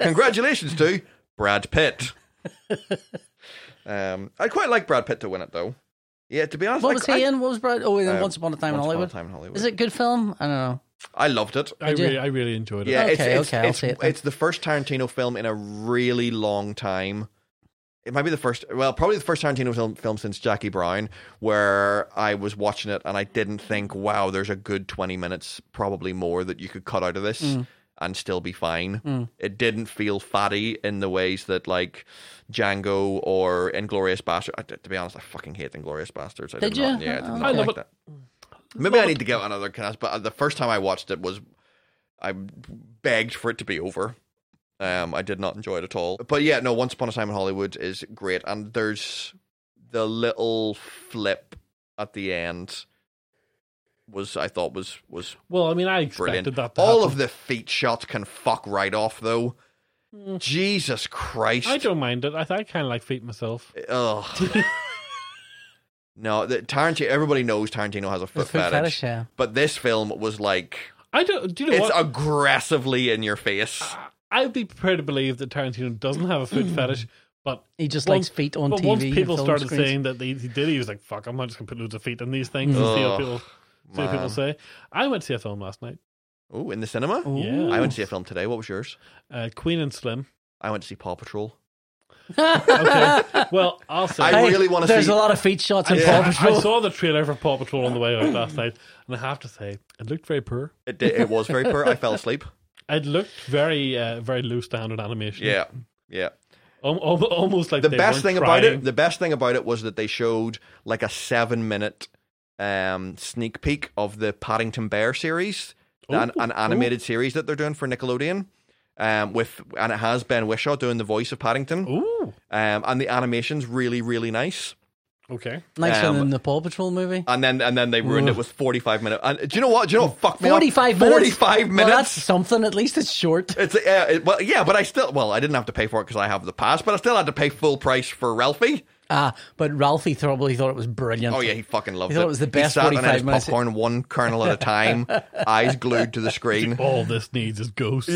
[SPEAKER 3] Congratulations to Brad Pitt. Um, I'd quite like Brad Pitt to win it, though. Yeah, to be honest,
[SPEAKER 2] what
[SPEAKER 3] like,
[SPEAKER 2] was
[SPEAKER 3] I,
[SPEAKER 2] he in? What was Brad? Oh, in
[SPEAKER 3] Uh,
[SPEAKER 2] Once Upon a Time in
[SPEAKER 3] Once Upon a
[SPEAKER 2] Hollywood.
[SPEAKER 3] Time in Hollywood.
[SPEAKER 2] Is it a good film? I don't know.
[SPEAKER 3] I loved it.
[SPEAKER 1] I
[SPEAKER 2] Did you?
[SPEAKER 1] really, I really enjoyed it.
[SPEAKER 3] Yeah, it's,
[SPEAKER 2] Okay,
[SPEAKER 3] it's,
[SPEAKER 2] okay, I'll
[SPEAKER 3] it's,
[SPEAKER 2] see it then.
[SPEAKER 3] it's the first Tarantino film in a really long time. It might be the first, well, probably the first Tarantino film, film since Jackie Brown, where I was watching it and I didn't think, wow, there's a good 20 minutes, probably more, that you could cut out of this and still be fine. It didn't feel fatty in the ways that, like, Django or Inglorious Bastards. To be honest, I fucking hate Inglorious Bastards. I
[SPEAKER 2] Did
[SPEAKER 3] did not-
[SPEAKER 2] you?
[SPEAKER 3] Yeah, I did
[SPEAKER 2] Oh,
[SPEAKER 3] not
[SPEAKER 1] I
[SPEAKER 3] like
[SPEAKER 1] love it.
[SPEAKER 3] that. Maybe I need to give it another cast, but the first time I watched it was I begged for it to be over. Um, I did not enjoy it at all. But yeah, no, Once Upon a Time in Hollywood is great, and there's the little flip at the end was I thought was was
[SPEAKER 1] Well, I mean, I expected
[SPEAKER 3] brilliant.
[SPEAKER 1] that to
[SPEAKER 3] All
[SPEAKER 1] happen.
[SPEAKER 3] of the feet shots can fuck right off though. Jesus Christ!
[SPEAKER 1] Hmm. I don't mind it. I, I kind of like feet myself.
[SPEAKER 3] Ugh. no, the, Tarantino. Everybody knows Tarantino has a
[SPEAKER 2] The
[SPEAKER 3] foot,
[SPEAKER 2] Food Fetish. Yeah.
[SPEAKER 3] but this film was like
[SPEAKER 1] I don't. Do you know
[SPEAKER 3] it's
[SPEAKER 1] what?
[SPEAKER 3] aggressively in your face.
[SPEAKER 1] I'd be prepared to believe that Tarantino doesn't have a foot fetish, but
[SPEAKER 2] He just
[SPEAKER 1] once-
[SPEAKER 2] likes feet Hmm. on
[SPEAKER 1] but
[SPEAKER 2] TV.
[SPEAKER 1] once
[SPEAKER 2] and
[SPEAKER 1] people
[SPEAKER 2] film
[SPEAKER 1] started
[SPEAKER 2] screens.
[SPEAKER 1] saying that they, he did, he was like, "Fuck, I'm not just gonna put loads of feet in these things and see
[SPEAKER 3] Ugh,
[SPEAKER 1] what people see what people
[SPEAKER 3] man.
[SPEAKER 1] say." I went to see a film last night.
[SPEAKER 3] Oh, in the cinema?
[SPEAKER 2] Ooh.
[SPEAKER 1] Yeah.
[SPEAKER 3] I went to see a film today. What was yours?
[SPEAKER 1] Uh, Queen and Slim.
[SPEAKER 3] I went to see Paw Patrol.
[SPEAKER 1] Okay. well, I'll say.
[SPEAKER 3] I really wanna
[SPEAKER 2] There's
[SPEAKER 3] see-
[SPEAKER 2] a lot of feet shots in
[SPEAKER 3] Yeah.
[SPEAKER 2] Paw
[SPEAKER 1] I-
[SPEAKER 2] Patrol.
[SPEAKER 1] I saw the trailer for Paw Patrol on the way out last night, and I have to say, it looked very poor.
[SPEAKER 3] It, did, it was very poor. I fell asleep.
[SPEAKER 1] It looked very, uh, very low standard animation.
[SPEAKER 3] Yeah, yeah.
[SPEAKER 1] Al- al- almost like
[SPEAKER 3] The
[SPEAKER 1] they
[SPEAKER 3] best
[SPEAKER 1] weren't
[SPEAKER 3] thing about it,
[SPEAKER 1] trying.
[SPEAKER 3] the best thing about it was that they showed like a seven-minute um, sneak peek of the Paddington Bear series, an,
[SPEAKER 1] Ooh,
[SPEAKER 3] an animated series that they're doing for Nickelodeon. Um, with and it has Ben Wishaw doing the voice of Paddington,
[SPEAKER 1] Ooh,
[SPEAKER 3] um, and the animation's really really nice.
[SPEAKER 1] okay.
[SPEAKER 2] Nicer
[SPEAKER 3] Um,
[SPEAKER 2] than the Paw Patrol movie.
[SPEAKER 3] And then and then they ruined it with forty five minutes. And do you know what? Do you know what fucked me up?
[SPEAKER 2] 45 minutes.
[SPEAKER 3] Forty five minutes.
[SPEAKER 2] Well, that's something. At least it's short.
[SPEAKER 3] It's uh, it, well, yeah, but I still well, I didn't have to pay for it because I have the pass, but I still had to pay full price for Ralphie.
[SPEAKER 2] Ah, but Ralphie probably thought it was brilliant.
[SPEAKER 3] Oh yeah, he fucking loved
[SPEAKER 2] He
[SPEAKER 3] it.
[SPEAKER 2] thought it was the best
[SPEAKER 3] He sat and
[SPEAKER 2] 45
[SPEAKER 3] ate his
[SPEAKER 2] minutes.
[SPEAKER 3] popcorn one kernel at a time, eyes glued to the screen.
[SPEAKER 1] All this needs is ghosts.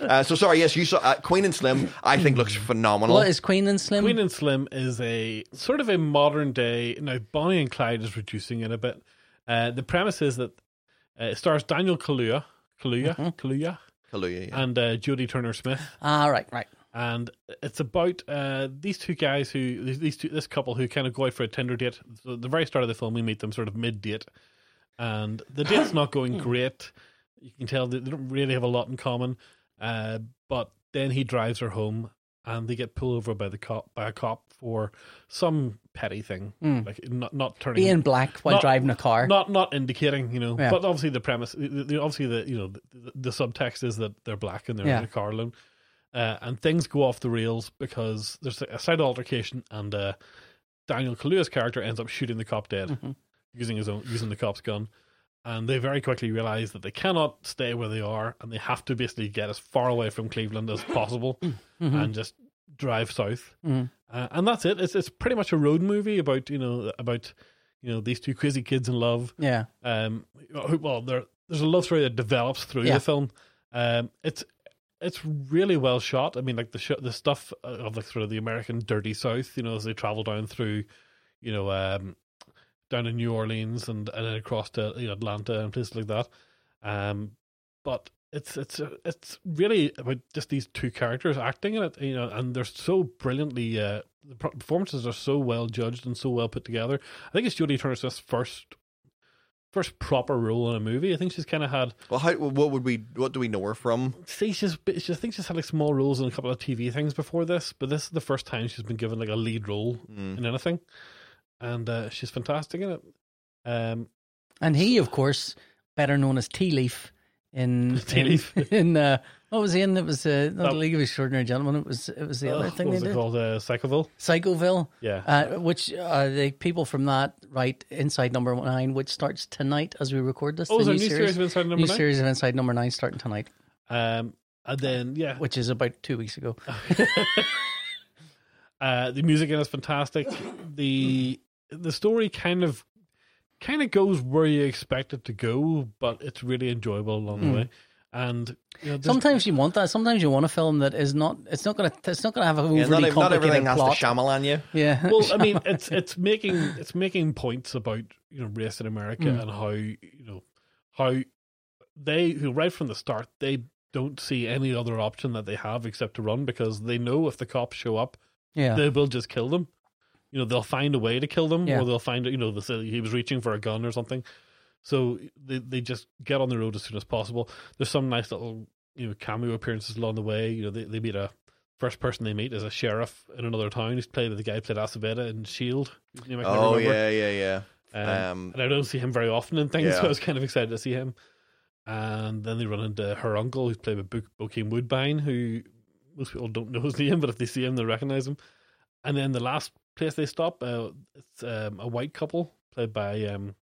[SPEAKER 3] Uh, so sorry, yes, you saw uh, Queen and Slim. I think looks phenomenal.
[SPEAKER 2] What is Queen and Slim?
[SPEAKER 1] Queen and Slim is a sort of a modern day. Now, Bonnie and Clyde is reducing it a bit. Uh, the premise is that uh, it stars Daniel Kaluuya, Kaluuya, Kaluuya,
[SPEAKER 3] Hallelujah, yeah.
[SPEAKER 1] and uh, Jodie Turner Smith,
[SPEAKER 2] ah, right, right.
[SPEAKER 1] and it's about uh, these two guys who these- these two this couple who kind of go out for a Tinder date. So at the very start of the film, we meet them sort of mid date, and the date's not going great. You can tell that they don't really have a lot in common. Uh, but then he drives her home, and they get pulled over by the cop by a cop for some petty thing, like not not turning
[SPEAKER 2] Hmm. Being black while
[SPEAKER 1] Not-
[SPEAKER 2] driving a car.
[SPEAKER 1] not not indicating, you know.
[SPEAKER 2] Yeah.
[SPEAKER 1] But obviously the premise, the, the- obviously the you know the, the subtext is that they're black and they're
[SPEAKER 2] Yeah.
[SPEAKER 1] in a car alone, uh, and things go off the rails because there's a side altercation and uh, Daniel Kaluuya's character ends up shooting the cop dead using his own using the cop's gun, And they very quickly realize that they cannot stay where they are and they have to basically get as far away from Cleveland as possible and just drive south. Uh, and that's it. It's, it's pretty much a road movie about, you know, about, you know, these two crazy kids in love
[SPEAKER 2] Yeah.
[SPEAKER 1] um who- well there there's a love story that develops through
[SPEAKER 2] Yeah.
[SPEAKER 1] the film um it's it's really well shot i mean like the sh- the stuff uh, of like sort of the american dirty south you know as they travel down through you know um down in new orleans and and then across to you know, atlanta and places like that um but it's it's uh, it's really about just these two characters acting in it you know and they're so brilliantly uh the per- performances are so well judged and so well put together i think it's jodie turner smith's first first proper role in a movie. I think she's kind of had.
[SPEAKER 3] Well, how, what would we? What do we know her from?
[SPEAKER 1] See, she's. but She, I think she's had like small roles in a couple of TV things before this, but this is the first time she's been given like a lead role in anything, and uh, she's fantastic in it. Um,
[SPEAKER 2] And he, of course, better known as Tea Leaf in
[SPEAKER 1] Tea
[SPEAKER 2] in-
[SPEAKER 1] Leaf.
[SPEAKER 2] in uh, what was he in? It was uh, not
[SPEAKER 1] Oh.
[SPEAKER 2] the League of Extraordinary Gentlemen. It was it was the other
[SPEAKER 1] ugh, what
[SPEAKER 2] thing they
[SPEAKER 1] was it
[SPEAKER 2] did.
[SPEAKER 1] called? Uh, Psychoville.
[SPEAKER 2] Psychoville.
[SPEAKER 1] Yeah.
[SPEAKER 2] Uh, which uh, the people from that write Inside Number Nine, which starts tonight as we record this.
[SPEAKER 1] Oh,
[SPEAKER 2] the
[SPEAKER 1] is there a new series of Inside Number
[SPEAKER 2] new
[SPEAKER 1] Nine?
[SPEAKER 2] series of Inside Number Nine starting tonight,
[SPEAKER 1] Um, and then yeah,
[SPEAKER 2] which is about two weeks ago.
[SPEAKER 1] Uh, the music in it's fantastic. The the story kind of kind of goes where you expect it to go, but it's really enjoyable along the way. And you know, there's-
[SPEAKER 2] Hmm. Sometimes you want that. Sometimes you want a film that is not. It's not gonna. It's not gonna have a overly
[SPEAKER 3] Yeah, not, ev- not
[SPEAKER 2] complicated
[SPEAKER 3] everything has
[SPEAKER 2] plot.
[SPEAKER 3] to Shyamalan you.
[SPEAKER 2] yeah.
[SPEAKER 1] well, I mean, it's it's making it's making points about you know race in America and how you know how they you know, right from the start they don't see any other option that they have except to run because they know if the cops show up
[SPEAKER 2] yeah.
[SPEAKER 1] they will just kill them. You know they'll find a way to kill them
[SPEAKER 2] Yeah.
[SPEAKER 1] or they'll find you know the, he was reaching for a gun or something. So they they just get on the road as soon as possible. There's some nice little you know cameo appearances along the way. You know they they meet a first person they meet is a sheriff in another town who's played by the guy who played Aceveda in Shield. whose name I E can
[SPEAKER 3] Oh
[SPEAKER 1] remember.
[SPEAKER 3] yeah, yeah, yeah.
[SPEAKER 1] Um,
[SPEAKER 3] Um,
[SPEAKER 1] and I don't see him very often in things,
[SPEAKER 3] Yeah.
[SPEAKER 1] so I was kind of excited to see him. And then they run into her uncle, who's played by Bo- Bokeem Woodbine, who most people don't know his name, but if they see him, they recognize him. And then the last place they stop, uh, it's um, a white couple played by um,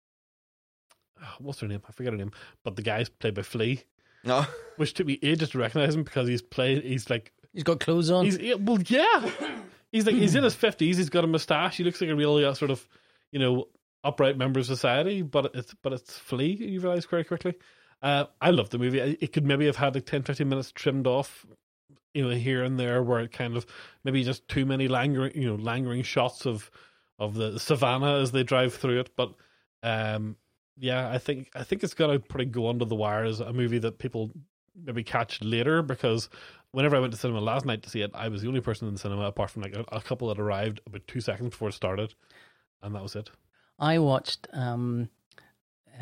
[SPEAKER 1] ah, what's her name? I forget her name, but the guy's played by Flea,
[SPEAKER 3] No,
[SPEAKER 1] which took me ages to recognize him because he's played. He's like
[SPEAKER 2] He's got clothes on.
[SPEAKER 1] He's yeah, well, yeah. He's like he's in his fifties. He's got a mustache. He looks like a real uh, sort of you know upright member of society. But it's but it's Flea. You realize very quickly. Uh, I love the movie. I- It could maybe have had like 10, 15 minutes trimmed off, you know, here and there, where it kind of maybe just too many lingering, you know, lingering shots of of the savannah as they drive through it. But um, yeah, I think I think it's gonna pretty go under the wire as a movie that people maybe catch later because whenever I went to cinema last night to see it, I was the only person in the cinema apart from like a, a couple that arrived about two seconds before it started, and that was it.
[SPEAKER 2] I watched um,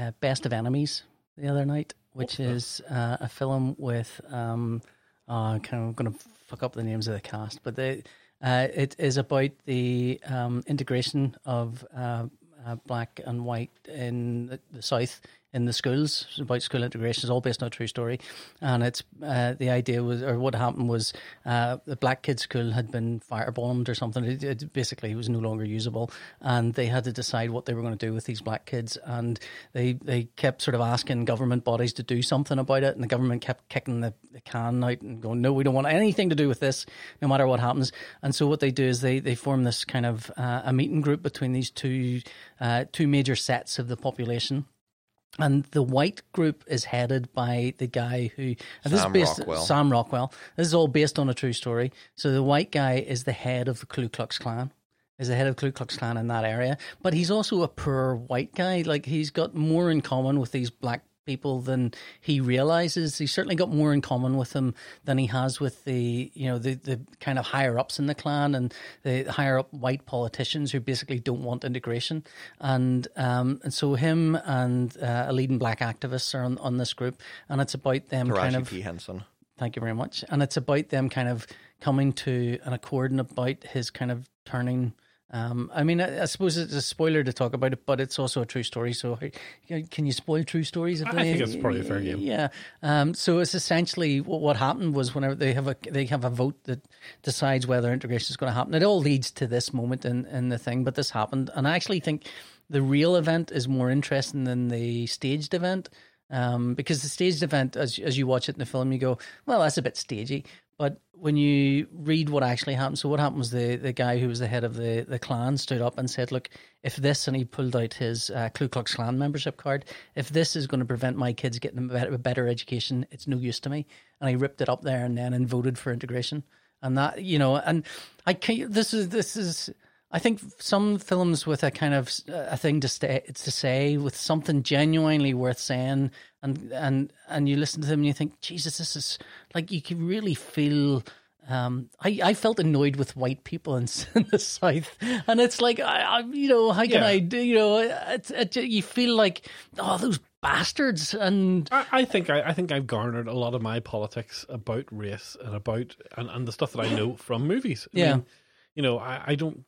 [SPEAKER 2] uh, Best of Enemies the other night, which is uh, a film with um, uh, kind of I'm going to fuck up the names of the cast, but they, uh, it is about the um, integration of uh, uh, black and white in the, the South in the schools. It's about school integration. It's all based on a true story, and it's uh, the idea was or what happened was uh, the black kids' school had been firebombed or something. It, it basically was no longer usable, and they had to decide what they were going to do with these black kids. And they they kept sort of asking government bodies to do something about it, and the government kept kicking the, the can out and going, "No, we don't want anything to do with this, no matter what happens." And so what they do is they they form this kind of uh, a meeting group between these two uh, two major sets of the population and the white group is headed by the guy who and
[SPEAKER 3] Sam
[SPEAKER 2] this is based
[SPEAKER 3] Rockwell.
[SPEAKER 2] Sam Rockwell. This is all based on a true story. So the white guy is the head of the Ku Klux Klan. Is the head of Ku Klux Klan in that area, but he's also a poor white guy. Like he's got more in common with these black people than he realizes. He's certainly got more in common with them than he has with the you know the the kind of higher ups in the Klan and the higher up white politicians who basically don't want integration. And um, and so him and uh, a leading black activist are on, on this group, and it's about them kind
[SPEAKER 3] Taraji
[SPEAKER 2] of
[SPEAKER 3] P Henson.
[SPEAKER 2] Thank you very much. And it's about them kind of coming to an accord and about his kind of turning. Um, I mean, I, I suppose it's a spoiler to talk about it, but it's also a true story. So, you know, can you spoil true stories? If
[SPEAKER 1] I think it's probably a fair game.
[SPEAKER 2] Yeah. Um, so it's essentially what, what happened was whenever they have a they have a vote that decides whether integration is going to happen. It all leads to this moment in, in the thing, but this happened, and I actually think the real event is more interesting than the staged event. Um, because the staged event, as as you watch it in the film, you go, "Well, that's a bit stagey." But when you read what actually happened, so what happened was the, the guy who was the head of the, the clan stood up and said, "Look, if this," and he pulled out his uh, Ku Klux Klan membership card. "If this is going to prevent my kids getting a better, a better education, it's no use to me." And he ripped it up there and then and voted for integration. And that you know, and I can't, this is this is I think some films with a kind of uh, a thing to stay to say with something genuinely worth saying, and and and you listen to them and you think, Jesus, this is like you can really feel. Um, I, I felt annoyed with white people in, in the South, and it's like I, I you know how can
[SPEAKER 1] Yeah.
[SPEAKER 2] I do you know it's it, you feel like oh those bastards and
[SPEAKER 1] I, I think I, I think I've garnered a lot of my politics about race and about and, and the stuff that I know from movies. I
[SPEAKER 2] Yeah.
[SPEAKER 1] mean, you know, I, I don't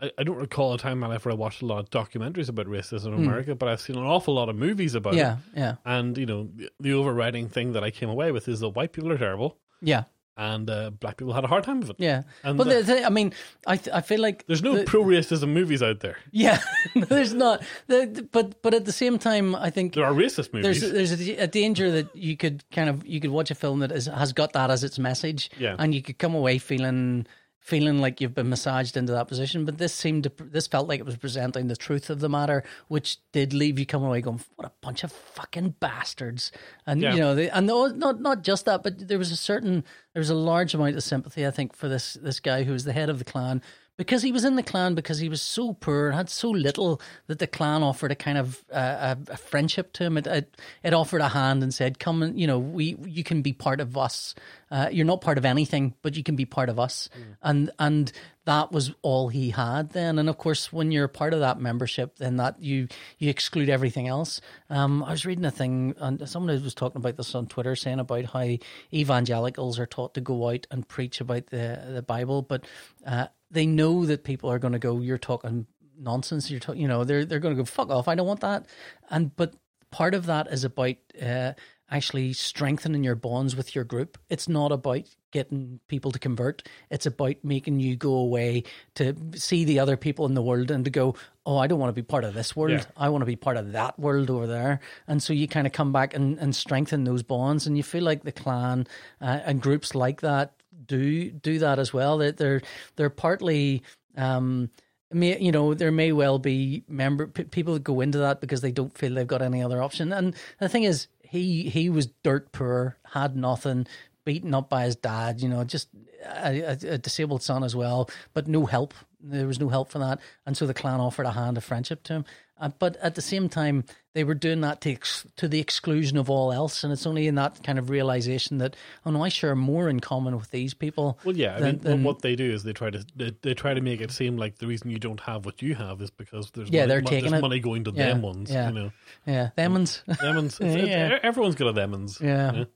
[SPEAKER 1] I, I don't recall a time in my life where I watched a lot of documentaries about racism in America, but I've seen an awful lot of movies about
[SPEAKER 2] Hmm. yeah
[SPEAKER 1] it.
[SPEAKER 2] yeah
[SPEAKER 1] And you know, the, the overriding thing that I came away with is that white people are terrible
[SPEAKER 2] yeah
[SPEAKER 1] and uh, black people had a hard time with it.
[SPEAKER 2] yeah.
[SPEAKER 1] And
[SPEAKER 2] but
[SPEAKER 1] the-
[SPEAKER 2] the, thing I mean, I th- I feel like
[SPEAKER 1] There's no
[SPEAKER 2] the-
[SPEAKER 1] pro racism movies out there.
[SPEAKER 2] Yeah, no, there's not. The- the- but but at the same time, I think
[SPEAKER 1] There are racist
[SPEAKER 2] there's
[SPEAKER 1] movies.
[SPEAKER 2] there's a, a danger that you could kind of you could watch a film that is, has got that as its message,
[SPEAKER 1] Yeah.
[SPEAKER 2] and you could come away feeling feeling like you've been massaged into that position. But this seemed to this felt like it was presenting the truth of the matter, which did leave you come away going, "What a bunch of fucking bastards!" And
[SPEAKER 1] Yeah.
[SPEAKER 2] you know, they, and the, not not just that, but there was a certain there was a large amount of sympathy, I think, for this this guy who was the head of the clan. Because he was in the clan, because he was so poor and had so little that the clan offered a kind of uh, a, a friendship to him. It, it it offered a hand and said, "Come and you know we you can be part of us. Uh, you're not part of anything, but you can be part of us." And and that was all he had then. And of course, when you're a part of that membership, then that you you exclude everything else. Um, I was reading a thing, and someone was talking about this on Twitter, saying about how evangelicals are taught to go out and preach about the the Bible, but uh, they know that people are going to go, "You're talking nonsense. You're talking, you know, they're they're going to go fuck off. I don't want that." And but part of that is about uh, actually strengthening your bonds with your group. It's not about getting people to convert. It's about making you go away to see the other people in the world and to go, oh, I don't want to be part of this world.
[SPEAKER 1] Yeah.
[SPEAKER 2] I want to be part of that world over there. And so you kind of come back and, and strengthen those bonds. And you feel like the clan uh, and groups like that do do that as well. That they're they're partly. Um, may, you know there may well be member p- people that go into that because they don't feel they've got any other option and the thing is he he was dirt poor had nothing beaten up by his dad you know just a, a, a disabled son as well but no help there was no help for that and so the clan offered a hand of friendship to him uh, but at the same time they were doing that to, ex- to the exclusion of all else and it's only in that kind of realization that oh no i share more in common with these people
[SPEAKER 1] Well, yeah. I
[SPEAKER 2] than-
[SPEAKER 1] mean, what-
[SPEAKER 2] than-
[SPEAKER 1] what they do is they try to they, they try to make it seem like the reason you don't have what you have is because there's
[SPEAKER 2] Yeah,
[SPEAKER 1] money,
[SPEAKER 2] they're
[SPEAKER 1] mon-
[SPEAKER 2] taking
[SPEAKER 1] there's
[SPEAKER 2] it.
[SPEAKER 1] money going to
[SPEAKER 2] Yeah,
[SPEAKER 1] them ones.
[SPEAKER 2] yeah.
[SPEAKER 1] You know,
[SPEAKER 2] yeah them ones.
[SPEAKER 1] themons. It's- it's-
[SPEAKER 2] Yeah.
[SPEAKER 1] Everyone's got a themons.
[SPEAKER 2] Yeah.
[SPEAKER 1] you know?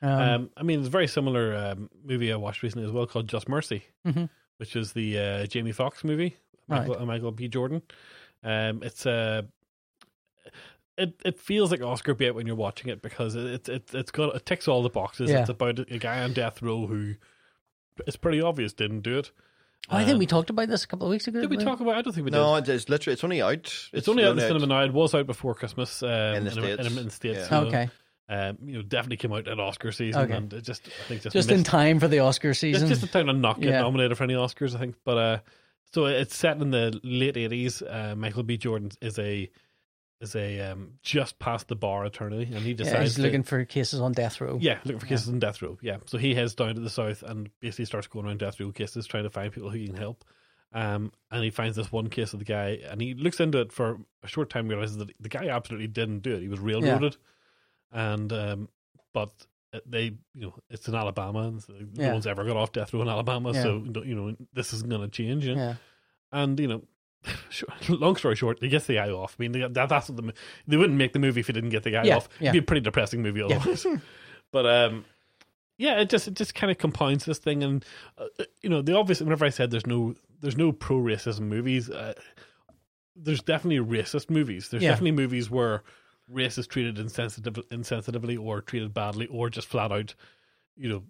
[SPEAKER 1] Um, I mean, it's a very similar um, movie I watched recently as well called Just Mercy,
[SPEAKER 2] Mm-hmm.
[SPEAKER 1] which is the uh, Jamie Foxx movie, Michael, uh, Michael B. Jordan. Um, it's a it, it feels like Oscar bait when you're watching it because it, it, it it's got it ticks all the boxes.
[SPEAKER 2] Yeah.
[SPEAKER 1] It's about a guy on death row who it's pretty obvious didn't do it.
[SPEAKER 2] Oh, I think we talked about this a couple of weeks ago.
[SPEAKER 1] Um, Did we
[SPEAKER 2] didn't
[SPEAKER 1] talk about? I don't think we did.
[SPEAKER 3] No, it's- it's literally it's only out. It's,
[SPEAKER 1] It's only out in the cinema now. It was out before Christmas um,
[SPEAKER 3] In the
[SPEAKER 1] in, Amer- in,
[SPEAKER 3] States.
[SPEAKER 1] Amer- in the states.
[SPEAKER 3] Yeah.
[SPEAKER 1] so,
[SPEAKER 2] Oh, Okay,
[SPEAKER 1] um, you know, definitely came out at Oscar season,
[SPEAKER 2] Okay.
[SPEAKER 1] and it just I think just
[SPEAKER 2] just
[SPEAKER 1] missed,
[SPEAKER 2] in time for the Oscar
[SPEAKER 1] It's
[SPEAKER 2] season.
[SPEAKER 1] just in time to not get
[SPEAKER 2] Yeah.
[SPEAKER 1] nominated for any Oscars, I think. But uh, so it's set in the late eighties. Uh, Michael B. Jordan is a is a um, just past the bar attorney, and he
[SPEAKER 2] yeah,
[SPEAKER 1] decides
[SPEAKER 2] he's
[SPEAKER 1] to-
[SPEAKER 2] looking for cases on death row.
[SPEAKER 1] yeah, looking for cases on death row. Yeah, so he heads down to the south and basically starts going around death row cases, trying to find people who he can help. Um, and he finds this one case of the guy, and he looks into it for a short time, realizes that the guy absolutely didn't do it. He was railroaded, and um, but they, you know, it's in Alabama, and so
[SPEAKER 2] Yeah.
[SPEAKER 1] no one's ever got off death row in Alabama,
[SPEAKER 2] Yeah.
[SPEAKER 1] so you know this isn't going to change. you know?
[SPEAKER 2] yeah,
[SPEAKER 1] and you know, short- long story short, he gets the eye off. I mean, that, that's what the mo- they wouldn't make the movie if he didn't get the eye
[SPEAKER 2] Yeah,
[SPEAKER 1] off.
[SPEAKER 2] yeah.
[SPEAKER 1] It'd be a pretty depressing movie otherwise. but um, yeah, it just it just kind of compounds this thing, and uh, you know, the obvious. Whenever I said there's no there's no pro racism movies, uh, there's definitely racist movies. There's
[SPEAKER 2] Yeah.
[SPEAKER 1] definitely movies where race is treated insensitive, insensitively, or treated badly, or just flat out, you know.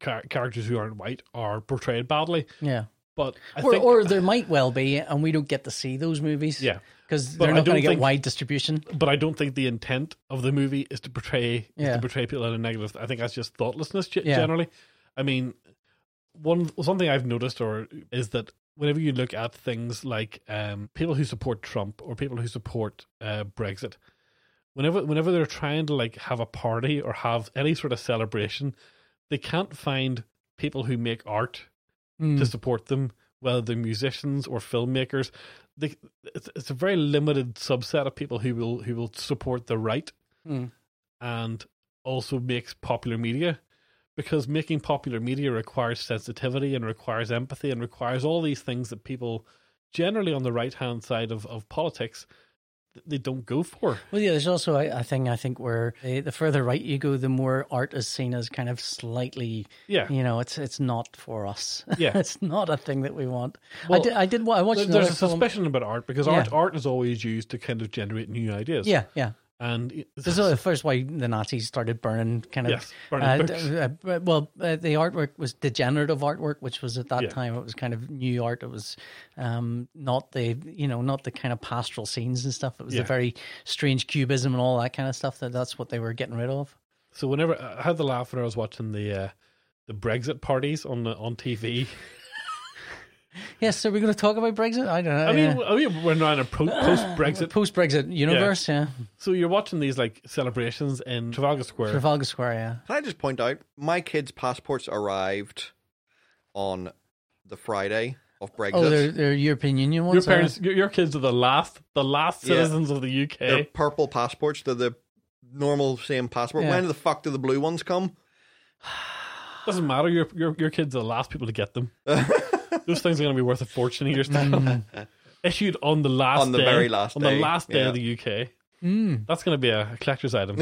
[SPEAKER 1] char- Characters who aren't white are portrayed badly,
[SPEAKER 2] yeah,
[SPEAKER 1] But I
[SPEAKER 2] Or,
[SPEAKER 1] think,
[SPEAKER 2] or there might well be, and we don't get to see those movies.
[SPEAKER 1] Yeah.
[SPEAKER 2] because
[SPEAKER 1] But
[SPEAKER 2] they're
[SPEAKER 1] I
[SPEAKER 2] not going
[SPEAKER 1] don't
[SPEAKER 2] to get
[SPEAKER 1] think-
[SPEAKER 2] wide distribution.
[SPEAKER 1] but I don't think the intent of the movie is to portray is
[SPEAKER 2] Yeah.
[SPEAKER 1] to portray people in a negative. I think that's just thoughtlessness ge-
[SPEAKER 2] Yeah.
[SPEAKER 1] generally. I mean, one something I've noticed or is that whenever you look at things like um, people who support Trump or people who support uh, Brexit, whenever whenever they're trying to like have a party or have any sort of celebration, they can't find people who make art
[SPEAKER 2] Hmm.
[SPEAKER 1] to support them, whether they're musicians or filmmakers. They, it's, it's a very limited subset of people who will who will support the right
[SPEAKER 2] Mm.
[SPEAKER 1] and also makes popular media because making popular media requires sensitivity and requires empathy and requires all these things that people generally on the right hand side of, of politics th- they don't go for
[SPEAKER 2] Well, yeah, there's also a, a thing I think where eh, the, the further right you go, the more art is seen as kind of slightly,
[SPEAKER 1] yeah
[SPEAKER 2] you know, it's it's not for us.
[SPEAKER 1] Yeah.
[SPEAKER 2] it's not a thing that we want.
[SPEAKER 1] Well,
[SPEAKER 2] I did. I did. wa- I watched.
[SPEAKER 1] There-
[SPEAKER 2] another
[SPEAKER 1] there's a
[SPEAKER 2] film-
[SPEAKER 1] suspicion about art because
[SPEAKER 2] Yeah.
[SPEAKER 1] art art is always used to kind of generate new ideas
[SPEAKER 2] Yeah, yeah.
[SPEAKER 1] and
[SPEAKER 2] This is the first why the Nazis started burning kind of.
[SPEAKER 1] Yes, burning
[SPEAKER 2] uh,
[SPEAKER 1] books.
[SPEAKER 2] d- uh, b- well, uh, the artwork was degenerative artwork, which was at that
[SPEAKER 1] Yeah.
[SPEAKER 2] time it was kind of new art. It was um, not the you know not the kind of pastoral scenes and stuff. It was
[SPEAKER 1] Yeah.
[SPEAKER 2] the very strange cubism and all that kind of stuff. That that's what they were getting rid of.
[SPEAKER 1] So whenever I had the laugh when I was watching the uh, the Brexit parties on the, on TV.
[SPEAKER 2] Yes, so we're going to talk about Brexit. I don't know.
[SPEAKER 1] I mean, I mean we're now in a pro- post Brexit.
[SPEAKER 2] post Brexit universe. Yeah,
[SPEAKER 1] So you're watching these like celebrations in Trafalgar Square.
[SPEAKER 2] Trafalgar Square. Yeah,
[SPEAKER 3] Can I just point out my kids' passports arrived on the Friday of Brexit?
[SPEAKER 2] oh, they're, they're European Union
[SPEAKER 1] your
[SPEAKER 2] ones. are they?
[SPEAKER 1] parents, your, your kids are the last, the last
[SPEAKER 3] Yeah.
[SPEAKER 1] citizens of the
[SPEAKER 3] They're
[SPEAKER 1] UK.
[SPEAKER 3] purple passports. They're the normal same passport.
[SPEAKER 2] Yeah.
[SPEAKER 3] When the fuck do the blue ones come?
[SPEAKER 1] Doesn't matter. Your, your your kids are the last people to get them. Those things are going to be worth a fortune in years time. Issued on the last
[SPEAKER 3] On the
[SPEAKER 1] day,
[SPEAKER 3] very last
[SPEAKER 1] on
[SPEAKER 3] day,
[SPEAKER 1] the last day
[SPEAKER 3] yeah.
[SPEAKER 1] of the UK. That's going to be a, a collector's item.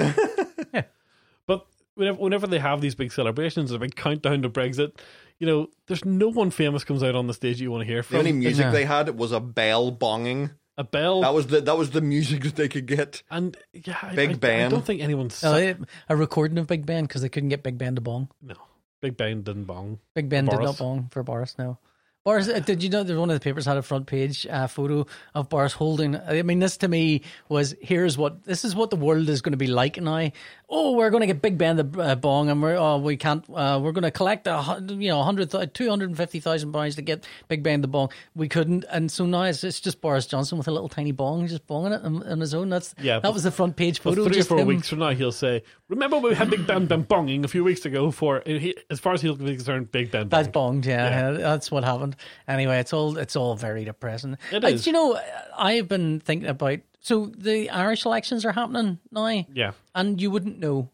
[SPEAKER 1] But whenever whenever they have these big celebrations, a big countdown to Brexit, you know, there's no one famous comes out on the stage you want to hear
[SPEAKER 3] The
[SPEAKER 1] from.
[SPEAKER 3] only music
[SPEAKER 2] Yeah.
[SPEAKER 3] they had was a bell bonging.
[SPEAKER 1] a bell
[SPEAKER 3] That was the that was the music that they could get.
[SPEAKER 1] and yeah, I-
[SPEAKER 3] Big
[SPEAKER 1] I, I
[SPEAKER 3] Ben.
[SPEAKER 1] don't think anyone's
[SPEAKER 2] Oh, they- a recording of Big Ben because they couldn't get Big Ben to bong.
[SPEAKER 1] no. Big Ben didn't bong.
[SPEAKER 2] Big Ben did
[SPEAKER 1] Boris.
[SPEAKER 2] not bong for Boris. No, Boris. uh, Did you know that one of the papers had a front page uh, photo of Boris holding? I mean, this to me was here's what this is what the world is going to be like now. Oh, we're going to get Big Ben the uh, bong, and we're oh we can't. Uh, we're going to collect a hun- you know hundred uh, two hundred and fifty thousand pounds to get Big Ben the bong. We couldn't, and so now it's, it's just Boris Johnson with a little tiny bong, just bonging it on, on his own. That's
[SPEAKER 1] Yeah,
[SPEAKER 2] That
[SPEAKER 1] but-
[SPEAKER 2] was the front page
[SPEAKER 1] But
[SPEAKER 2] photo.
[SPEAKER 1] three or
[SPEAKER 2] just
[SPEAKER 1] four
[SPEAKER 2] him-
[SPEAKER 1] weeks from now, he'll say, "Remember we had Big Ben been bonging a few weeks ago for uh, he, as far as he'll be concerned, Big Ben."
[SPEAKER 2] That's
[SPEAKER 1] bonged."
[SPEAKER 2] bonged, yeah.
[SPEAKER 1] Yeah.
[SPEAKER 2] That's what happened. Anyway, it's all it's all very depressing.
[SPEAKER 1] It
[SPEAKER 2] Uh,
[SPEAKER 1] is.
[SPEAKER 2] do you know, I've been thinking about so the Irish elections are happening now,
[SPEAKER 1] Yeah,
[SPEAKER 2] and you wouldn't know.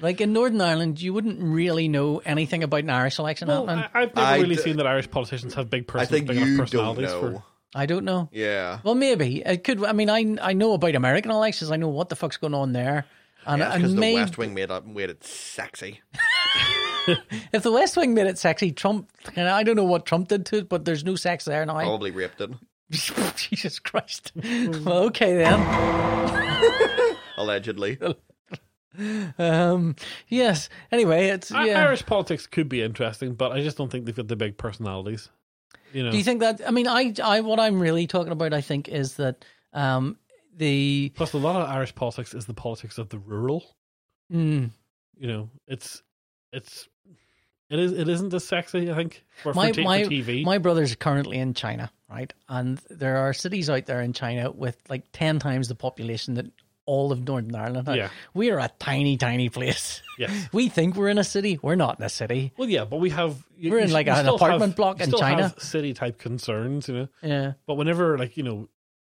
[SPEAKER 2] Like in Northern Ireland, you wouldn't really know anything about an Irish election
[SPEAKER 1] well,
[SPEAKER 2] happening.
[SPEAKER 1] I, I've never
[SPEAKER 3] I
[SPEAKER 1] really
[SPEAKER 3] d-
[SPEAKER 1] seen that Irish politicians have big
[SPEAKER 3] I
[SPEAKER 1] person,
[SPEAKER 3] think
[SPEAKER 1] big enough
[SPEAKER 3] you don't
[SPEAKER 1] personalities
[SPEAKER 3] know.
[SPEAKER 1] for.
[SPEAKER 2] I, don't know.
[SPEAKER 3] Yeah.
[SPEAKER 2] Well, maybe it could. I mean, I I know about American elections. I know what the fuck's going on there. And,
[SPEAKER 3] Because
[SPEAKER 2] and
[SPEAKER 3] the
[SPEAKER 2] maybe
[SPEAKER 3] West Wing made up made it sexy.
[SPEAKER 2] if the West Wing made it sexy, Trump. I don't know what Trump did to it, but there's no sex there now.
[SPEAKER 1] Oh.
[SPEAKER 3] Probably raped it.
[SPEAKER 2] Jesus Christ. well, okay then.
[SPEAKER 3] Allegedly.
[SPEAKER 2] Um. Yes. Anyway, it's
[SPEAKER 1] I-
[SPEAKER 2] yeah.
[SPEAKER 1] Irish politics could be interesting, but I just don't think they've got the big personalities. You know,
[SPEAKER 2] Do you think that? I mean, I, I, what I'm really talking about, I think, is that um the
[SPEAKER 1] plus a lot of Irish politics is the politics of the rural.
[SPEAKER 2] mm,
[SPEAKER 1] You know, it's it's it is it isn't as sexy. I think for, for
[SPEAKER 2] my
[SPEAKER 1] t- for
[SPEAKER 2] my
[SPEAKER 1] TV.
[SPEAKER 2] my brother's currently in China, right? And there are cities out there in China with like ten times the population that all of Northern Ireland. had.
[SPEAKER 1] Yeah.
[SPEAKER 2] We are a tiny, tiny place.
[SPEAKER 1] yes.
[SPEAKER 2] we think we're in a city. We're not in a city.
[SPEAKER 1] Well, yeah, but we have you-
[SPEAKER 2] We're in,
[SPEAKER 1] you
[SPEAKER 2] like,
[SPEAKER 1] s- you
[SPEAKER 2] an
[SPEAKER 1] still
[SPEAKER 2] apartment
[SPEAKER 1] have-
[SPEAKER 2] block
[SPEAKER 1] you
[SPEAKER 2] in
[SPEAKER 1] still
[SPEAKER 2] China.
[SPEAKER 1] have City type concerns, you know.
[SPEAKER 2] Yeah.
[SPEAKER 1] But whenever like you know,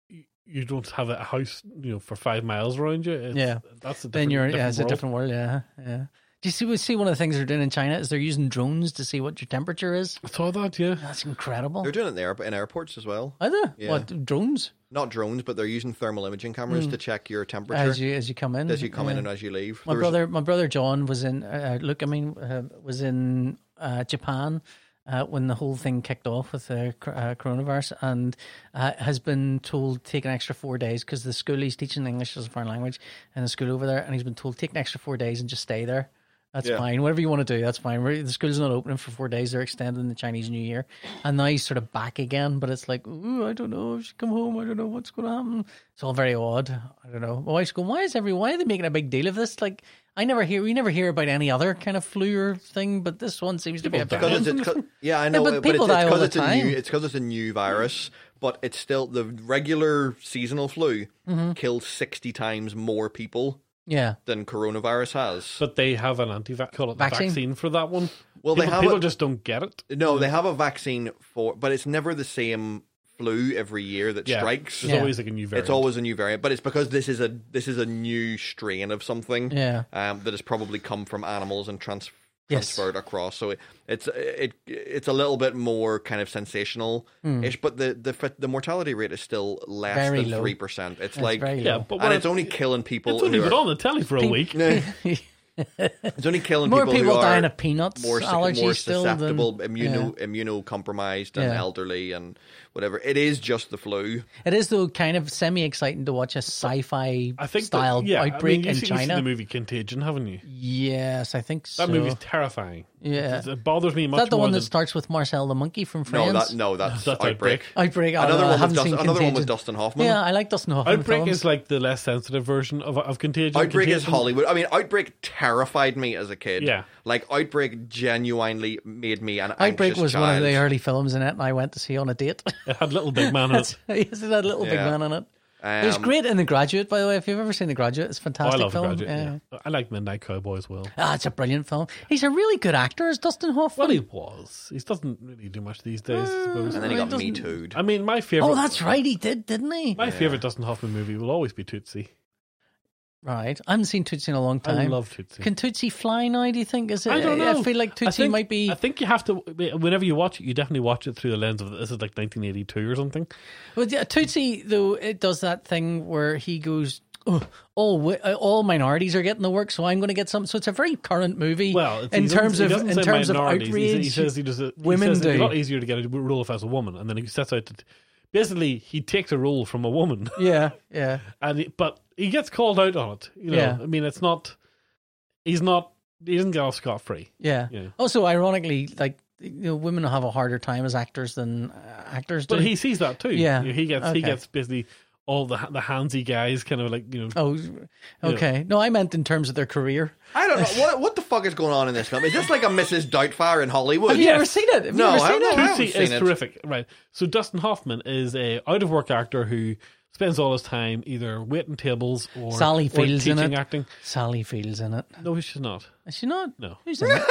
[SPEAKER 1] you, you don't have a house, you know, for five miles around you. It's,
[SPEAKER 2] Yeah.
[SPEAKER 1] that's a different,
[SPEAKER 2] Then you're yeah, it's a
[SPEAKER 1] world.
[SPEAKER 2] different world. Yeah. Yeah. Do you see? We see one of the things they're doing in China is they're using drones to see what your temperature is.
[SPEAKER 1] I saw that, yeah.
[SPEAKER 2] That's incredible.
[SPEAKER 3] They're doing it in, the airp- in airports as well.
[SPEAKER 2] Are there?
[SPEAKER 3] Yeah.
[SPEAKER 2] What drones?
[SPEAKER 3] Not drones, but they're using thermal imaging cameras to check your temperature
[SPEAKER 2] Hmm. As you as you come in,
[SPEAKER 3] as you come in
[SPEAKER 2] Yeah.
[SPEAKER 3] and as you leave.
[SPEAKER 2] my
[SPEAKER 3] There was-
[SPEAKER 2] brother, my brother John was in. Uh, uh, look, I mean, uh, was in uh, Japan uh, when the whole thing kicked off with the cr- uh, coronavirus, and uh, has been told take an extra four days because the school he's teaching English as a foreign language in a school over there, and he's been told take an extra four days and just stay there. That's
[SPEAKER 3] Yeah.
[SPEAKER 2] fine. Whatever you want to do, that's fine. We're- The school's not opening for four days. They're extending the Chinese New Year, and now he's sort of back again. But it's like, ooh, I don't know. If she come home, I don't know what's going to happen. It's all very odd. I don't know. My wife's going, why is every why are they making a big deal of this? Like, I never hear we never hear about any other kind of flu or thing, but this one seems to be a
[SPEAKER 1] People
[SPEAKER 2] big
[SPEAKER 1] die.
[SPEAKER 3] Because it's, it's, 'cause- yeah, I know,
[SPEAKER 2] but
[SPEAKER 3] but,
[SPEAKER 2] people
[SPEAKER 3] it's,
[SPEAKER 2] die
[SPEAKER 3] it's
[SPEAKER 2] all
[SPEAKER 3] 'cause
[SPEAKER 2] the
[SPEAKER 3] it's a
[SPEAKER 2] time.
[SPEAKER 3] new, it's because it's a new virus, but it's still the regular seasonal flu
[SPEAKER 2] Mm-hmm.
[SPEAKER 3] kills sixty times more people
[SPEAKER 2] yeah.
[SPEAKER 3] than coronavirus has.
[SPEAKER 1] But they have an anti call it the
[SPEAKER 2] Vaccine?
[SPEAKER 1] vaccine for that one.
[SPEAKER 3] Well, they
[SPEAKER 1] people,
[SPEAKER 3] have
[SPEAKER 1] people
[SPEAKER 3] a-
[SPEAKER 1] just don't get it.
[SPEAKER 3] no, they have a vaccine for, but it's never the same flu every year that
[SPEAKER 1] Yeah.
[SPEAKER 3] strikes.
[SPEAKER 1] There's
[SPEAKER 2] Yeah.
[SPEAKER 1] always like a new variant.
[SPEAKER 3] It's always a new variant, but it's because this is a this is a new strain of something
[SPEAKER 2] Yeah.
[SPEAKER 3] um, that has probably come from animals and trans-
[SPEAKER 2] Yes.
[SPEAKER 3] transferred across. So it, it's it it's a little bit more kind of sensational ish, but the, the fa- the mortality rate is still less
[SPEAKER 2] Hmm. Very
[SPEAKER 3] than
[SPEAKER 2] low.
[SPEAKER 3] three percent. It's
[SPEAKER 2] It's
[SPEAKER 3] like
[SPEAKER 2] very
[SPEAKER 1] yeah,
[SPEAKER 2] low.
[SPEAKER 1] but
[SPEAKER 3] and
[SPEAKER 1] when
[SPEAKER 3] it's only killing people.
[SPEAKER 1] it's only
[SPEAKER 3] who
[SPEAKER 1] been
[SPEAKER 3] are-
[SPEAKER 1] on the telly for a week.
[SPEAKER 3] it's only killing
[SPEAKER 2] More
[SPEAKER 3] people,
[SPEAKER 2] people,
[SPEAKER 3] who
[SPEAKER 2] dying
[SPEAKER 3] are
[SPEAKER 2] of peanuts
[SPEAKER 3] more, sick-
[SPEAKER 2] allergies
[SPEAKER 3] more
[SPEAKER 2] still than-
[SPEAKER 3] susceptible,
[SPEAKER 2] yeah.
[SPEAKER 3] immuno immunocompromised, and
[SPEAKER 2] Yeah.
[SPEAKER 3] elderly, and whatever. It is just the flu.
[SPEAKER 2] It is though kind of semi exciting to watch a sci-fi
[SPEAKER 1] I think that-
[SPEAKER 2] style
[SPEAKER 1] yeah, I
[SPEAKER 2] outbreak
[SPEAKER 1] mean, you've
[SPEAKER 2] in
[SPEAKER 1] seen- You've seen the
[SPEAKER 2] China.
[SPEAKER 1] movie Contagion, haven't you?
[SPEAKER 2] Yes, I think so.
[SPEAKER 1] That movie's terrifying.
[SPEAKER 2] Yeah.
[SPEAKER 1] It's- it bothers me
[SPEAKER 2] Is
[SPEAKER 1] much.
[SPEAKER 2] that the
[SPEAKER 1] more
[SPEAKER 2] one
[SPEAKER 1] than,
[SPEAKER 2] that starts with Marcel the monkey from
[SPEAKER 3] No,
[SPEAKER 2] Friends?
[SPEAKER 3] that no, that's,
[SPEAKER 1] That's
[SPEAKER 3] outbreak.
[SPEAKER 1] Outbreak.
[SPEAKER 2] Outbreak. Oh, I don't know,
[SPEAKER 3] Another
[SPEAKER 2] I
[SPEAKER 3] one, with
[SPEAKER 2] haven't
[SPEAKER 3] Dust-
[SPEAKER 2] seen
[SPEAKER 3] another one with
[SPEAKER 2] Contagion.
[SPEAKER 3] Dustin Hoffman.
[SPEAKER 2] Yeah, I like Dustin Hoffman.
[SPEAKER 1] Outbreak
[SPEAKER 2] films.
[SPEAKER 1] is like the less sensitive version of of Contagion.
[SPEAKER 3] Outbreak is
[SPEAKER 1] Contagion-
[SPEAKER 3] Hollywood. I mean, Outbreak terrified me as a kid.
[SPEAKER 1] Yeah.
[SPEAKER 3] like Outbreak genuinely made me an
[SPEAKER 2] Outbreak
[SPEAKER 3] anxious
[SPEAKER 2] was one of
[SPEAKER 3] child.
[SPEAKER 2] the early films in it, and I went to see on a date.
[SPEAKER 1] It had little big man in it.
[SPEAKER 2] Isn't that little big
[SPEAKER 3] Yeah.
[SPEAKER 2] man in it?
[SPEAKER 3] Um,
[SPEAKER 2] It was great in The Graduate, by the way. If you've ever seen The Graduate, it's
[SPEAKER 1] Oh,
[SPEAKER 2] a
[SPEAKER 1] I
[SPEAKER 2] fantastic
[SPEAKER 1] love The
[SPEAKER 2] film.
[SPEAKER 1] Graduate. Yeah. I like Midnight Cowboy as well.
[SPEAKER 2] Ah, it's a brilliant film. He's a really good actor, is Dustin Hoffman.
[SPEAKER 1] Well, he was. He doesn't really do much these days. I suppose.
[SPEAKER 3] And then he
[SPEAKER 2] Well,
[SPEAKER 3] got
[SPEAKER 2] it
[SPEAKER 3] Me
[SPEAKER 2] doesn't-
[SPEAKER 3] Too'd.
[SPEAKER 1] I mean, my favorite.
[SPEAKER 2] oh, that's right, he did, didn't he?
[SPEAKER 1] My favorite Dustin Hoffman movie will always be Tootsie.
[SPEAKER 2] Right. I haven't seen Tootsie in a long time.
[SPEAKER 1] I love Tootsie.
[SPEAKER 2] Can Tootsie fly now? Do you think? Is it?
[SPEAKER 1] I don't know.
[SPEAKER 2] I feel like
[SPEAKER 1] I
[SPEAKER 2] Tootsie
[SPEAKER 1] think-
[SPEAKER 2] might be.
[SPEAKER 1] I think you have to. Whenever you watch it, you definitely watch it through the lens of this is like 1982 or something.
[SPEAKER 2] Well, yeah, Tootsie though it does that thing where he goes, "Oh, all wi- uh, all minorities are getting the work, so I'm going to get some." So it's a very current movie.
[SPEAKER 1] Well, it's,
[SPEAKER 2] in
[SPEAKER 1] he doesn't-
[SPEAKER 2] terms
[SPEAKER 1] he
[SPEAKER 2] of
[SPEAKER 1] doesn't
[SPEAKER 2] in
[SPEAKER 1] say
[SPEAKER 2] terms of
[SPEAKER 1] minorities. He sa-
[SPEAKER 2] outrage,
[SPEAKER 1] he says he does. It, he
[SPEAKER 2] women
[SPEAKER 1] says it's a
[SPEAKER 2] do.
[SPEAKER 1] lot easier to get a role if as a woman, and then he sets out to. Basically, he takes a role from a woman,
[SPEAKER 2] yeah, yeah,
[SPEAKER 1] and he, but he gets called out on it. You know,
[SPEAKER 2] Yeah.
[SPEAKER 1] I mean, it's not. He's not. He doesn't get off scot free.
[SPEAKER 2] yeah,
[SPEAKER 1] Yeah.
[SPEAKER 2] Also, ironically, like you know, women have a harder time as actors than uh, actors do.
[SPEAKER 1] But he sees that too.
[SPEAKER 2] Yeah,
[SPEAKER 1] You know, he gets he
[SPEAKER 2] okay.
[SPEAKER 1] gets basically all the the handsy guys, kind of like you know.
[SPEAKER 2] oh, okay. No, I meant in terms of their career.
[SPEAKER 3] I don't know what what the fuck is going on in this film. Is this like a Mrs. Doubtfire in Hollywood?
[SPEAKER 2] Have you ever seen it? Have
[SPEAKER 3] No,
[SPEAKER 2] you ever
[SPEAKER 3] I
[SPEAKER 2] seen
[SPEAKER 3] don't
[SPEAKER 2] it?
[SPEAKER 3] know.
[SPEAKER 1] Tootsie
[SPEAKER 3] seen
[SPEAKER 1] is
[SPEAKER 3] it.
[SPEAKER 1] terrific, right? So Dustin Hoffman is a out of work actor who spends all his time either waiting tables or
[SPEAKER 2] Sally
[SPEAKER 1] or
[SPEAKER 2] Fields in
[SPEAKER 1] teaching
[SPEAKER 2] it.
[SPEAKER 1] acting.
[SPEAKER 2] Sally Fields in it.
[SPEAKER 1] No, she's not.
[SPEAKER 2] Is she not?
[SPEAKER 1] No.
[SPEAKER 2] Who's in it?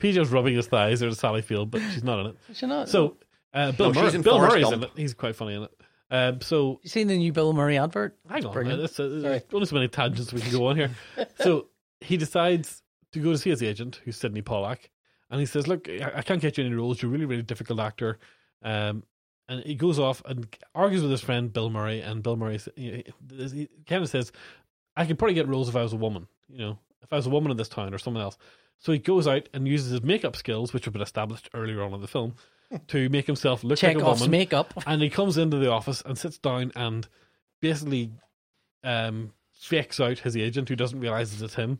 [SPEAKER 1] PJ's rubbing his thighs. There's Sally Field, but she's not in it.
[SPEAKER 2] Is she not?
[SPEAKER 1] So uh, Bill
[SPEAKER 3] No, she's
[SPEAKER 1] Murray,
[SPEAKER 3] in
[SPEAKER 1] Bill
[SPEAKER 3] Forrest
[SPEAKER 1] Murray's
[SPEAKER 3] Gump.
[SPEAKER 1] in it. He's quite funny in it. Um, so
[SPEAKER 2] you seen the new Bill Murray advert?
[SPEAKER 1] hang on,
[SPEAKER 2] Brilliant.
[SPEAKER 1] that's, uh, there's
[SPEAKER 2] Sorry.
[SPEAKER 1] only so many tangents we can go on here. so he decides to go to see his agent, who's Sidney Pollack, and he says, "Look, I, I can't get you any roles. You're a really, really difficult actor." Um, and he goes off and argues with his friend Bill Murray, and Bill Murray s- he, he kind of says, "I could probably get roles if I was a woman. You know, if I was a woman in this town or someone else." So he goes out and uses his makeup skills, which have been established earlier on in the film, to make himself look like a
[SPEAKER 2] Chekhov's
[SPEAKER 1] woman
[SPEAKER 2] makeup.
[SPEAKER 1] and he comes into the office and sits down and basically um, fakes out his agent who doesn't realize it's him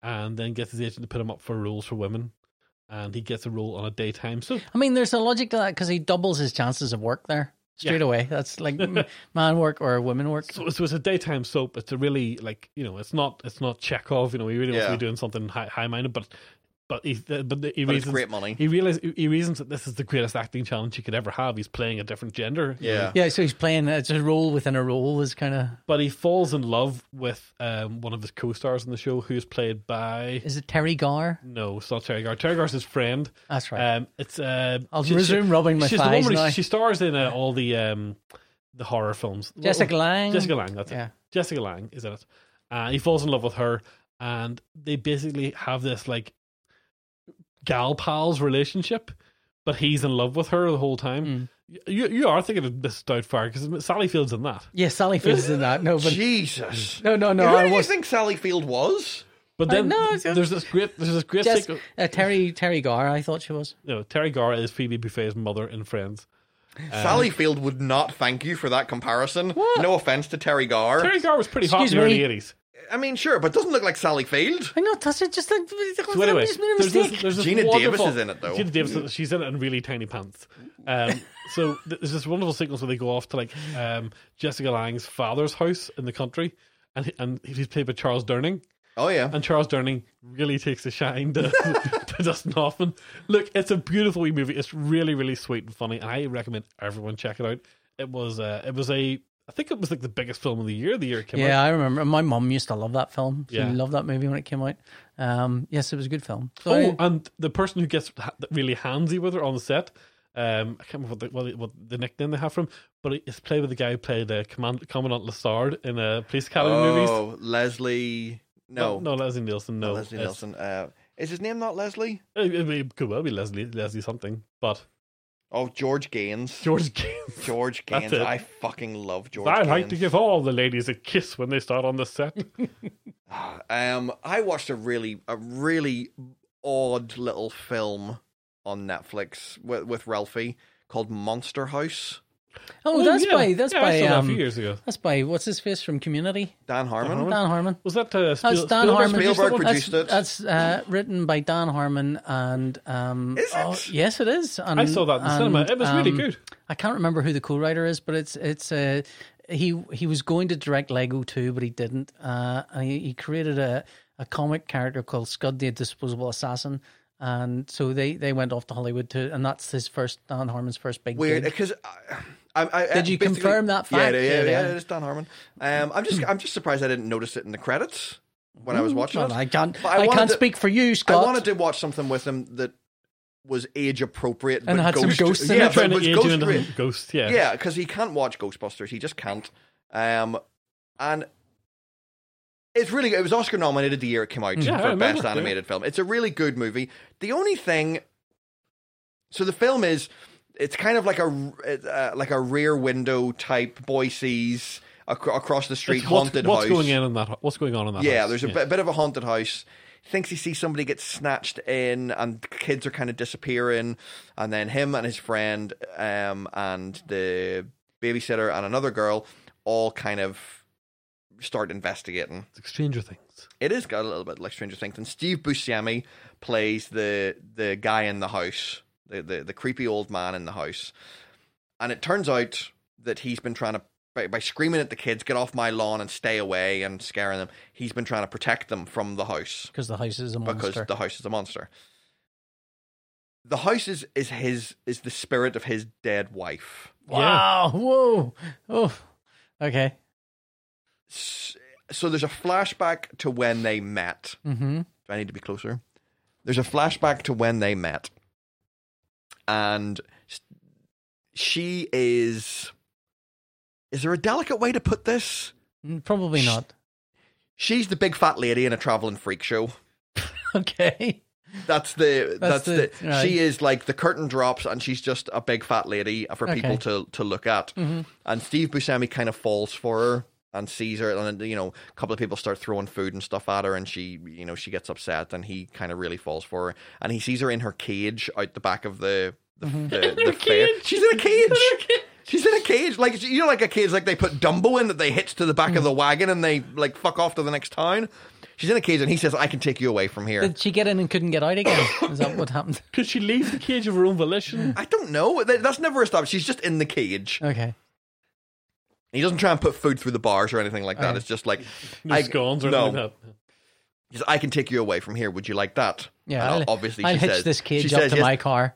[SPEAKER 1] and then gets his agent to put him up for roles for women and he gets a role on a daytime soap.
[SPEAKER 2] I mean, there's a logic to that because he doubles his chances of work there straight
[SPEAKER 1] Yeah.
[SPEAKER 2] away. That's like m- man work or women work.
[SPEAKER 1] So, so it's a daytime soap. It's a really like you know, it's not it's not Chekhov. You know, he really wants
[SPEAKER 3] Yeah.
[SPEAKER 1] to be doing something high, high minded, but but he but he
[SPEAKER 3] But it's
[SPEAKER 1] reasons
[SPEAKER 3] great money.
[SPEAKER 1] he realizes he reasons that this is the greatest acting challenge he could ever have. He's playing a different gender. you know.
[SPEAKER 3] Yeah.
[SPEAKER 2] Yeah, so he's playing. It's a role within a role. Is kind of
[SPEAKER 1] but he falls in love with um, one of his co-stars in the show, who's played by
[SPEAKER 2] is it Terry Gar?
[SPEAKER 1] No, it's not Terry Gar. Terry Gar's his friend.
[SPEAKER 2] That's right.
[SPEAKER 1] Um, it's uh,
[SPEAKER 2] I'll resume rubbing my
[SPEAKER 1] she's the woman
[SPEAKER 2] thighs
[SPEAKER 1] who-
[SPEAKER 2] now.
[SPEAKER 1] She stars in uh, all the um, the horror films. What-
[SPEAKER 2] Jessica Lange.
[SPEAKER 1] Jessica Lang. That's
[SPEAKER 2] Yeah.
[SPEAKER 1] it. Jessica Lang is in it. Uh, he falls in love with her, and they basically have this like gal pals relationship. But he's in love with her the whole time.
[SPEAKER 2] Mm.
[SPEAKER 1] You you are thinking of this Doubtfire because Sally Field's in that.
[SPEAKER 2] Yeah, Sally Fields in that. No, but
[SPEAKER 3] Jesus.
[SPEAKER 2] no, no, no.
[SPEAKER 3] Who
[SPEAKER 2] I
[SPEAKER 3] do you
[SPEAKER 2] was
[SPEAKER 3] think Sally Field was?
[SPEAKER 1] But
[SPEAKER 2] I
[SPEAKER 1] then
[SPEAKER 2] know, it's-
[SPEAKER 1] there's this great there's this great
[SPEAKER 2] Jess,
[SPEAKER 1] sequ-
[SPEAKER 2] uh, Terry Terry Gar. I thought she was.
[SPEAKER 1] No, Terry Gar is Phoebe Buffet's mother in Friends. Uh,
[SPEAKER 3] Sally Field would not thank you for that comparison. No offense to Terry Gar.
[SPEAKER 1] Terry Gar was pretty hot in
[SPEAKER 2] Excuse
[SPEAKER 1] the early
[SPEAKER 2] me?
[SPEAKER 1] eighties.
[SPEAKER 3] I mean, sure, but it doesn't look like Sally Field.
[SPEAKER 2] I know, does it just like
[SPEAKER 1] So anyway,
[SPEAKER 2] just made a
[SPEAKER 1] there's
[SPEAKER 2] mistake. Mm.
[SPEAKER 1] this, there's this
[SPEAKER 3] Gina Davis
[SPEAKER 1] wonderful-
[SPEAKER 3] is in it, though.
[SPEAKER 1] Gina Davis, she's in it in really tiny pants. Um, so th- there's this wonderful sequence where they go off to like um, Jessica Lang's father's house in the country, and he- and he's played by Charles Durning,
[SPEAKER 3] Oh yeah,
[SPEAKER 1] and Charles Durning really takes a shine to, to Dustin Hoffman. Look, it's a beautiful wee movie. It's really really sweet and funny, and I recommend everyone check it out. It was uh, it was a I think it was like the biggest film of the year. The year it came out.
[SPEAKER 2] Yeah, I remember. My mum used to love that film. She
[SPEAKER 1] Yeah.
[SPEAKER 2] loved that movie when it came out. Um, yes, it was a good film. So
[SPEAKER 1] Oh, and the person who gets ha- really handsy with her on the set, um, I can't remember what the, what, the, what the nickname they have for him, but it's played with the guy who played uh, Command- Commandant Lassard in uh, Police Academy movies.
[SPEAKER 3] oh Leslie. No,
[SPEAKER 1] no, Leslie Nielsen. No,
[SPEAKER 3] Leslie
[SPEAKER 1] It's-
[SPEAKER 3] Nielsen. Uh, is his name not Leslie?
[SPEAKER 1] It, it, it could well be Leslie, Leslie something, but
[SPEAKER 3] Oh, George Gaines.
[SPEAKER 1] George Gaines.
[SPEAKER 3] George
[SPEAKER 1] That's
[SPEAKER 3] Gaines.
[SPEAKER 1] it.
[SPEAKER 3] I fucking love George.
[SPEAKER 1] I like to
[SPEAKER 3] Gaines.
[SPEAKER 1] give all the ladies a kiss when they start on the set.
[SPEAKER 3] Um, I watched a really, a really odd little film on Netflix with, with Ralphie called Monster House.
[SPEAKER 2] oh, that's
[SPEAKER 1] yeah.
[SPEAKER 2] by that's
[SPEAKER 1] yeah, I
[SPEAKER 2] by
[SPEAKER 1] saw that a few
[SPEAKER 2] um,
[SPEAKER 1] years ago.
[SPEAKER 2] that's by what's his face from Community?
[SPEAKER 3] Dan Harmon.
[SPEAKER 1] Harmon?
[SPEAKER 2] Dan Harmon.
[SPEAKER 1] Was that uh, Spiel-
[SPEAKER 2] That's Dan
[SPEAKER 1] Spielberg?
[SPEAKER 2] Oh, Harmon.
[SPEAKER 3] Spielberg
[SPEAKER 1] produced that one?
[SPEAKER 3] produced it.
[SPEAKER 2] That's, that's uh, written by Dan Harmon and um,
[SPEAKER 3] Is it?
[SPEAKER 2] oh, yes, it is. And,
[SPEAKER 1] I saw that in the cinema.
[SPEAKER 2] and,
[SPEAKER 1] It was really
[SPEAKER 2] um,
[SPEAKER 1] good.
[SPEAKER 2] I can't remember who the co-writer is, but it's it's uh, he he was going to direct Lego 2, but he didn't. Uh, and he, he created a, a comic character called Scud the Disposable Assassin, and so they, they went off to Hollywood too, and that's his first Dan Harmon's first big
[SPEAKER 3] Weird,
[SPEAKER 2] gig.
[SPEAKER 3] because I, I, I
[SPEAKER 2] Did you
[SPEAKER 3] basically-
[SPEAKER 2] confirm that fact?
[SPEAKER 3] Yeah, yeah, yeah,
[SPEAKER 2] Yeah, yeah.
[SPEAKER 3] It's Dan Harmon. Um, I'm just, I'm just surprised I didn't notice it in the credits when I was watching
[SPEAKER 2] Well,
[SPEAKER 3] it.
[SPEAKER 2] Mm, I can't
[SPEAKER 3] But I
[SPEAKER 2] I,
[SPEAKER 3] wanted
[SPEAKER 2] can't
[SPEAKER 3] to-
[SPEAKER 2] speak for you,
[SPEAKER 3] I
[SPEAKER 2] Scott.
[SPEAKER 3] wanted to watch something with him that was age appropriate
[SPEAKER 2] And
[SPEAKER 3] but
[SPEAKER 2] had some
[SPEAKER 3] ghost-
[SPEAKER 2] ghosts in it.
[SPEAKER 3] yeah,
[SPEAKER 1] They're
[SPEAKER 3] but
[SPEAKER 1] trying to
[SPEAKER 3] was
[SPEAKER 1] age
[SPEAKER 3] ghost
[SPEAKER 1] you into
[SPEAKER 3] grade.
[SPEAKER 1] Ghost, yeah.
[SPEAKER 3] Yeah, because he can't watch Ghostbusters. He just can't. Um, and it's really good. It was Oscar nominated the year it came out
[SPEAKER 1] Yeah, I
[SPEAKER 3] for
[SPEAKER 1] remember,
[SPEAKER 3] Best
[SPEAKER 1] yeah.
[SPEAKER 3] Animated Film. It's a really good movie. The only thing, so the film is, it's kind of like a uh, like a Rear Window type Boise's ac- across the street
[SPEAKER 1] It's what's,
[SPEAKER 3] haunted
[SPEAKER 1] what's
[SPEAKER 3] house.
[SPEAKER 1] going in, in that? ho- What's going on in that?
[SPEAKER 3] Yeah,
[SPEAKER 1] house?
[SPEAKER 3] there's a bit, bit of a haunted house. Thinks he sees somebody get snatched in, and kids are kind of disappearing. And then him and his friend, um, and the babysitter and another girl, all kind of start investigating.
[SPEAKER 1] It's Stranger Things.
[SPEAKER 3] It is got a little bit like Stranger Things. And Steve Buscemi plays the the guy in the house, the the, the creepy old man in the house. And it turns out that he's been trying to by, by screaming at the kids, "Get off my lawn and stay away," and scaring them. He's been trying to protect them from the house
[SPEAKER 2] because the house is a
[SPEAKER 3] because
[SPEAKER 2] monster.
[SPEAKER 3] the house is a monster. The house is, is his is the spirit of his dead wife.
[SPEAKER 2] Wow! Whoa! Oh, okay.
[SPEAKER 3] S- So there's a flashback to when they met.
[SPEAKER 2] Mm-hmm.
[SPEAKER 3] Do I need to be closer? There's a flashback to when they met. And s- she is. Is there a delicate way to put this?
[SPEAKER 2] Mm, Probably not.
[SPEAKER 3] She's the big fat lady in a traveling freak show.
[SPEAKER 2] Okay.
[SPEAKER 3] That's the
[SPEAKER 2] That's
[SPEAKER 3] that's, the,
[SPEAKER 2] the- right.
[SPEAKER 3] she is like the curtain drops and she's just a big fat lady for people to to look at.
[SPEAKER 2] Mm-hmm.
[SPEAKER 3] And Steve Buscemi kind of falls for her and sees her and you know a couple of people start throwing food and stuff at her and she you know she gets upset and he kind of really falls for her and he sees her in her cage out the back of the the,
[SPEAKER 2] Mm-hmm.
[SPEAKER 3] the, the fair. She's in a cage. She's in a cage, like you know, like a cage, like they put Dumbo in that they hitch to the
[SPEAKER 2] Mm.
[SPEAKER 3] back of the wagon and they like fuck off to the next town. She's in a cage, and he says, "I can take you away from here."
[SPEAKER 2] Did she get in and couldn't get out again? Is that what happened?
[SPEAKER 1] Could she leave the cage of her own volition?
[SPEAKER 3] I don't know. That- That's never established. She's just in the cage.
[SPEAKER 2] Okay.
[SPEAKER 3] He doesn't try and put food through the bars or anything like that.
[SPEAKER 2] Okay.
[SPEAKER 3] It's just like,
[SPEAKER 1] No
[SPEAKER 3] I,
[SPEAKER 1] scones or
[SPEAKER 3] no.
[SPEAKER 1] anything like that.
[SPEAKER 3] He's, I can take you away from here. Would you like that?
[SPEAKER 2] Yeah.
[SPEAKER 3] And
[SPEAKER 2] I'll,
[SPEAKER 3] obviously,
[SPEAKER 2] I'll
[SPEAKER 3] she
[SPEAKER 2] hitch
[SPEAKER 3] says,
[SPEAKER 2] this cage
[SPEAKER 3] she
[SPEAKER 2] up
[SPEAKER 3] says
[SPEAKER 2] to
[SPEAKER 3] yes.
[SPEAKER 2] my car.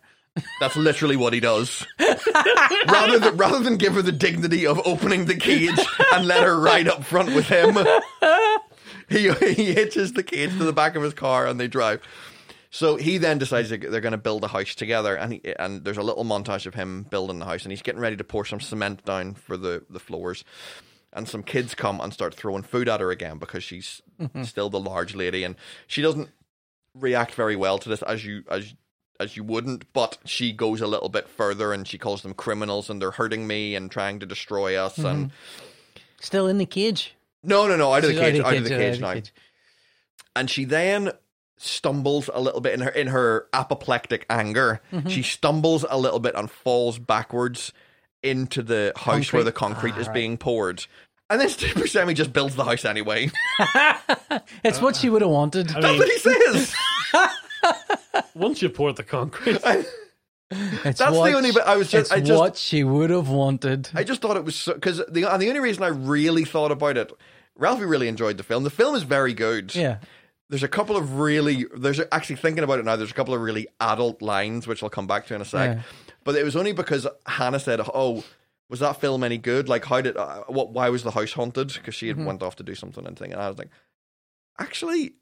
[SPEAKER 3] That's literally what he does. rather than rather than give her the dignity of opening the cage and let her ride up front with him, he he hitches the cage to the back of his car and they drive. So he then decides that they're going to build a house together, and he, and there's a little montage of him building the house, and he's getting ready to pour some cement down for the the floors. And some kids come and start throwing food at her again because she's still the large lady, and she doesn't react very well to this as you as as you wouldn't, but she goes a little bit further and she calls them criminals and they're hurting me and trying to destroy us and
[SPEAKER 2] Still in the cage.
[SPEAKER 3] no no no out of the
[SPEAKER 2] She's out of
[SPEAKER 3] cage
[SPEAKER 2] the
[SPEAKER 3] out of the
[SPEAKER 2] cage, out of
[SPEAKER 3] cage
[SPEAKER 2] the
[SPEAKER 3] now.
[SPEAKER 2] cage.
[SPEAKER 3] And she then stumbles a little bit in her in her apoplectic anger. She stumbles a little bit and falls backwards into the house where
[SPEAKER 2] Concrete?
[SPEAKER 3] the concrete
[SPEAKER 2] Ah,
[SPEAKER 3] is
[SPEAKER 2] right.
[SPEAKER 3] being poured. And then Steve Buscemi just builds the house anyway.
[SPEAKER 2] It's what she would have wanted.
[SPEAKER 1] I
[SPEAKER 3] That's
[SPEAKER 1] mean,
[SPEAKER 3] what he says.
[SPEAKER 1] once you pour the concrete,
[SPEAKER 2] It's
[SPEAKER 3] That's
[SPEAKER 2] what
[SPEAKER 3] the only bit I was just.
[SPEAKER 2] it's
[SPEAKER 3] I just
[SPEAKER 2] what she would have wanted.
[SPEAKER 3] I just thought it was because the and the only reason I really thought about it, Ralphie really enjoyed the film. The film is very good.
[SPEAKER 2] yeah.
[SPEAKER 3] There's a couple of really there's actually thinking about it now. There's a couple of really adult lines which I'll come back to in a sec.
[SPEAKER 2] Yeah.
[SPEAKER 3] But it was only because Hannah said, "Oh, was that film any good? Like, how did uh, what? Why was the house haunted? Because she had
[SPEAKER 2] Mm-hmm.
[SPEAKER 3] went off to do something and thing." And I was like, actually,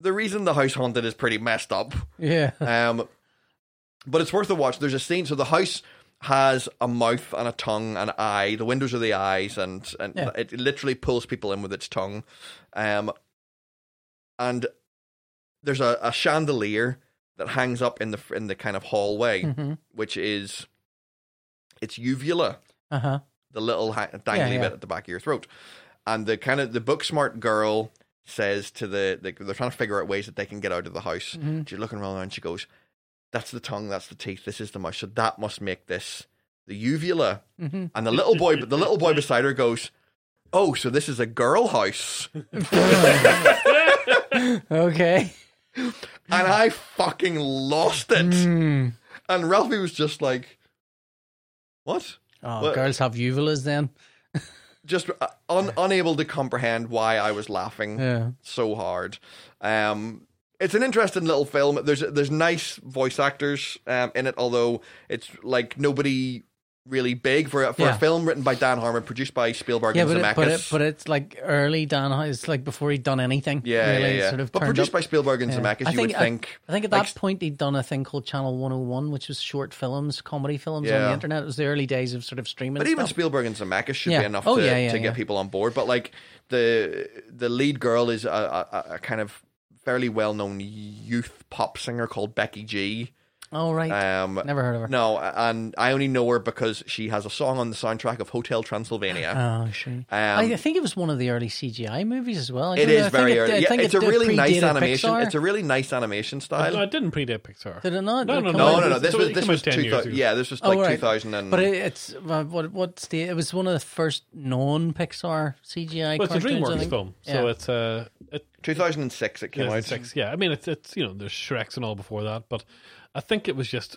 [SPEAKER 3] the reason the house haunted is pretty messed up.
[SPEAKER 2] Yeah.
[SPEAKER 3] Um, but it's worth a watch. There's a scene. So the house has a mouth and a tongue and eye. The windows are the eyes, and and
[SPEAKER 2] Yeah.
[SPEAKER 3] it literally pulls people in with its tongue. Um, and there's a, a chandelier that hangs up in the in the kind of hallway,
[SPEAKER 2] Mhm.
[SPEAKER 3] which is it's uvula,
[SPEAKER 2] Uh-huh.
[SPEAKER 3] the little ha- dangly
[SPEAKER 2] Yeah, yeah.
[SPEAKER 3] bit at the back of your throat. And the kind of the book smart girl says to the, the they're trying to figure out ways that they can get out of the house.
[SPEAKER 2] Mhm.
[SPEAKER 3] She's looking around and she goes, "That's the tongue, that's the teeth, this is the mouth. So that must make this the uvula."
[SPEAKER 2] Mhm.
[SPEAKER 3] And the little boy, the little boy beside her goes, "Oh, so this is a girl house."
[SPEAKER 2] Okay.
[SPEAKER 3] And I fucking lost it.
[SPEAKER 2] Mm.
[SPEAKER 3] And Ralphie was just like, "What?"
[SPEAKER 2] Oh,
[SPEAKER 3] Well-
[SPEAKER 2] girls have uvulas then.
[SPEAKER 3] Just uh, un- unable to comprehend why I was laughing.
[SPEAKER 2] Yeah.
[SPEAKER 3] so hard. Um, it's an interesting little film. There's there's nice voice actors um, in it, although it's like nobody really big for a- for
[SPEAKER 2] Yeah.
[SPEAKER 3] a film written by Dan Harmon, produced by Spielberg
[SPEAKER 2] Yeah,
[SPEAKER 3] and
[SPEAKER 2] but it,
[SPEAKER 3] Zemeckis.
[SPEAKER 2] but it, but it's like early Dan. It's like before he'd done anything.
[SPEAKER 3] yeah,
[SPEAKER 2] really,
[SPEAKER 3] yeah, yeah.
[SPEAKER 2] Sort of
[SPEAKER 3] but
[SPEAKER 2] turned
[SPEAKER 3] produced
[SPEAKER 2] up.
[SPEAKER 3] by Spielberg and
[SPEAKER 2] Yeah.
[SPEAKER 3] Zemeckis,
[SPEAKER 2] I
[SPEAKER 3] you
[SPEAKER 2] think-
[SPEAKER 3] would think.
[SPEAKER 2] I think at
[SPEAKER 3] like
[SPEAKER 2] that point he'd done a thing called Channel 101, which was short films, comedy films on the
[SPEAKER 3] Yeah.
[SPEAKER 2] internet. It was the early days of sort of streaming.
[SPEAKER 3] but even
[SPEAKER 2] stuff.
[SPEAKER 3] Spielberg and Zemeckis should
[SPEAKER 2] Yeah.
[SPEAKER 3] be enough
[SPEAKER 2] Oh,
[SPEAKER 3] to,
[SPEAKER 2] yeah, yeah,
[SPEAKER 3] to
[SPEAKER 2] yeah.
[SPEAKER 3] get people on board. But like the the lead girl is a, a, a- a kind of fairly well known youth pop singer called Becky G.
[SPEAKER 2] oh right,
[SPEAKER 3] Um,
[SPEAKER 2] never heard of her.
[SPEAKER 3] No, and I only know her because she has a song on the soundtrack of Hotel Transylvania.
[SPEAKER 2] Oh, she.
[SPEAKER 3] Um,
[SPEAKER 2] I think it was one of the early CGI movies as well. I
[SPEAKER 3] it
[SPEAKER 2] don't know,
[SPEAKER 3] is
[SPEAKER 2] I think
[SPEAKER 3] very
[SPEAKER 2] it- I
[SPEAKER 3] early. Yeah,
[SPEAKER 2] think
[SPEAKER 3] it's
[SPEAKER 2] it
[SPEAKER 3] a
[SPEAKER 2] did
[SPEAKER 3] really nice
[SPEAKER 2] predate
[SPEAKER 3] animation.
[SPEAKER 2] Pixar.
[SPEAKER 3] It's a really nice animation
[SPEAKER 1] no, I
[SPEAKER 3] style.
[SPEAKER 1] didn't predate Pixar.
[SPEAKER 2] Did it not?
[SPEAKER 1] No,
[SPEAKER 2] Did
[SPEAKER 1] no,
[SPEAKER 2] it come
[SPEAKER 3] No,
[SPEAKER 2] out-
[SPEAKER 3] no, no.
[SPEAKER 1] It
[SPEAKER 3] This
[SPEAKER 1] was-
[SPEAKER 3] was
[SPEAKER 1] it
[SPEAKER 3] this
[SPEAKER 1] came out
[SPEAKER 3] was
[SPEAKER 1] 10
[SPEAKER 3] two
[SPEAKER 1] years
[SPEAKER 3] thousand.
[SPEAKER 1] ago.
[SPEAKER 3] Yeah, this was
[SPEAKER 2] Oh,
[SPEAKER 3] like
[SPEAKER 2] right.
[SPEAKER 3] two thousand and.
[SPEAKER 2] But it, it's uh, what? What's the? It was one of the first non-Pixar CGI.
[SPEAKER 1] Well, it's a
[SPEAKER 2] cartoons, I
[SPEAKER 1] DreamWorks
[SPEAKER 2] think.
[SPEAKER 1] film, so
[SPEAKER 2] Yeah.
[SPEAKER 1] it's uh, it,
[SPEAKER 3] 2006 it came out.
[SPEAKER 1] it's six. Yeah, I mean, it's it's you know, there's Shreks and all before that, but I think it was just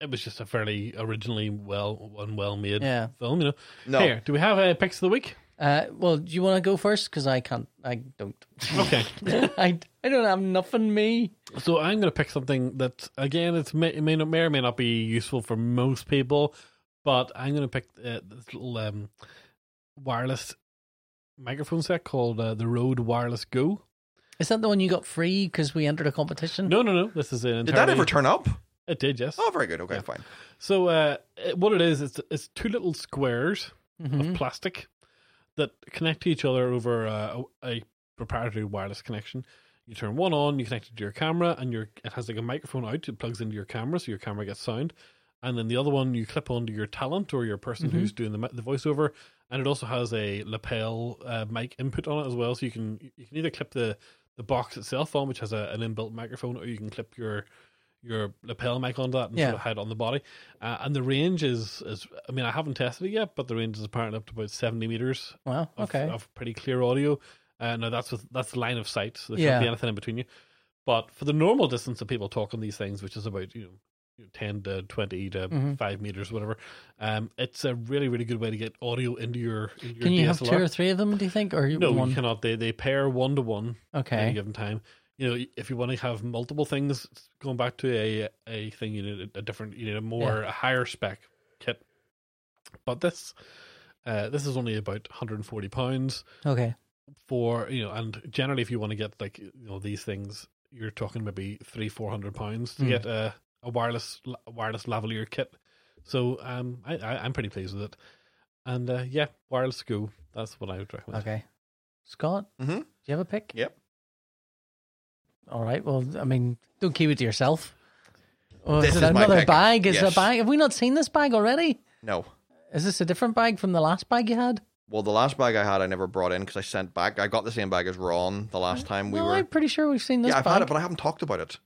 [SPEAKER 1] it was just a fairly originally well and well made
[SPEAKER 2] Yeah.
[SPEAKER 1] film. You know,
[SPEAKER 3] No.
[SPEAKER 1] here do we have uh, picks of the week?
[SPEAKER 2] Uh, well, do you want to go first? Because I can't. I don't.
[SPEAKER 1] Okay,
[SPEAKER 2] I, I don't have nothing. Me.
[SPEAKER 1] so I'm going to pick something that again, it's may, it may not may or may not be useful for most people, but I'm going to pick uh, this little um, wireless microphone set called uh, the Rode Wireless Go.
[SPEAKER 2] Is that the one you got free because we entered a competition?
[SPEAKER 1] No, no, no. This is an entirely,
[SPEAKER 3] Did that ever turn up?
[SPEAKER 1] It did, yes.
[SPEAKER 3] Oh, very good. Okay, fine.
[SPEAKER 1] So uh, it- what it is, it's it's two little squares
[SPEAKER 2] Mhm.
[SPEAKER 3] Mm-hmm.
[SPEAKER 1] of plastic that connect to each other over uh, a, a proprietary wireless connection. You turn one on, you connect it to your camera, and your it has like a microphone out. It plugs into your camera, so your camera gets sound. And then the other one you clip onto your talent or your person who's doing the mi- the voiceover, and it also has a lapel uh, mic input on it as well. So you can you can either clip the the box itself on, which has a, an inbuilt microphone, or you can clip your your lapel mic onto that and
[SPEAKER 2] Yeah.
[SPEAKER 1] sort of hide it on the body. Uh, and the range is is I mean I haven't tested it yet, but the range is apparently up to about seventy meters
[SPEAKER 2] Wow.
[SPEAKER 1] of,
[SPEAKER 2] Okay.
[SPEAKER 1] of pretty clear audio. Uh, now that's with, that's line of sight, so there
[SPEAKER 2] Yeah.
[SPEAKER 1] can't be anything in between you. But for the normal distance that people talk on these things, which is about you know, you know, ten to twenty to
[SPEAKER 2] Mhm.
[SPEAKER 1] five meters, whatever, um, it's a really really good way to get audio into your. Into
[SPEAKER 2] Can
[SPEAKER 1] your
[SPEAKER 2] you have
[SPEAKER 1] DSLR.
[SPEAKER 2] two or three of them? Do you think, or you-
[SPEAKER 1] No,
[SPEAKER 2] one?
[SPEAKER 1] you cannot. They they pair one to one at any
[SPEAKER 2] okay.
[SPEAKER 1] given time. You know, if you want to have multiple things going back to a a thing, you need a, a different, you need a more a higher spec kit. But this, uh, this is only about 140 pounds
[SPEAKER 2] Okay.
[SPEAKER 1] for you know, and generally, if you want to get like you know these things, you're talking maybe three four hundred pounds to
[SPEAKER 2] Mm.
[SPEAKER 1] get a a wireless la- wireless lavalier kit. So um, I, I I'm pretty pleased with it, and uh, yeah, wireless go. That's what I would recommend.
[SPEAKER 2] Okay. Scott,
[SPEAKER 3] Mhm.
[SPEAKER 2] do you have a pick?
[SPEAKER 3] Yep.
[SPEAKER 2] All right. Well, I mean, don't keep it to yourself. Oh,
[SPEAKER 3] This
[SPEAKER 2] is it
[SPEAKER 3] is my
[SPEAKER 2] another
[SPEAKER 3] pick.
[SPEAKER 2] bag? Is it
[SPEAKER 3] Yes.
[SPEAKER 2] a bag? Have we not seen this bag already?
[SPEAKER 3] No.
[SPEAKER 2] Is this a different bag from the last bag you had?
[SPEAKER 3] Well, the last bag I had, I never brought in because I sent back. I got the same bag as Ron the last time we
[SPEAKER 2] Mm. no,
[SPEAKER 3] were.
[SPEAKER 2] I'm pretty sure we've seen this
[SPEAKER 3] yeah, I've
[SPEAKER 2] bag.
[SPEAKER 3] had it, but I haven't talked about it.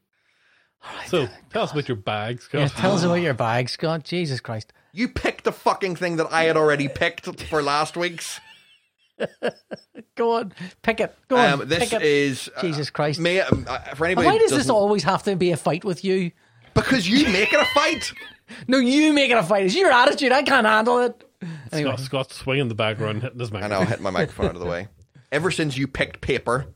[SPEAKER 1] So tell us about your bags.
[SPEAKER 2] Yeah,
[SPEAKER 1] Scott.
[SPEAKER 2] tell us
[SPEAKER 3] Oh.
[SPEAKER 2] about your bag, Scott. Jesus Christ.
[SPEAKER 3] You picked the fucking thing that I had already picked for last week's.
[SPEAKER 2] Go on, pick it. Go on,
[SPEAKER 3] Um, this
[SPEAKER 2] Oh, pick it.
[SPEAKER 3] is
[SPEAKER 2] Jesus Christ.
[SPEAKER 3] May, um, uh, for
[SPEAKER 2] And
[SPEAKER 3] anybody
[SPEAKER 2] why
[SPEAKER 3] who
[SPEAKER 2] does this
[SPEAKER 3] doesn't-
[SPEAKER 2] always have to be a fight with you?
[SPEAKER 3] Because you make it a fight.
[SPEAKER 2] No, you make it a fight. It's your attitude. I can't handle it. Anyway,
[SPEAKER 1] Scott, Scott swing in the background hitting his
[SPEAKER 3] and
[SPEAKER 1] microphone.
[SPEAKER 3] I'll hit my microphone out of the way. Ever since you picked paper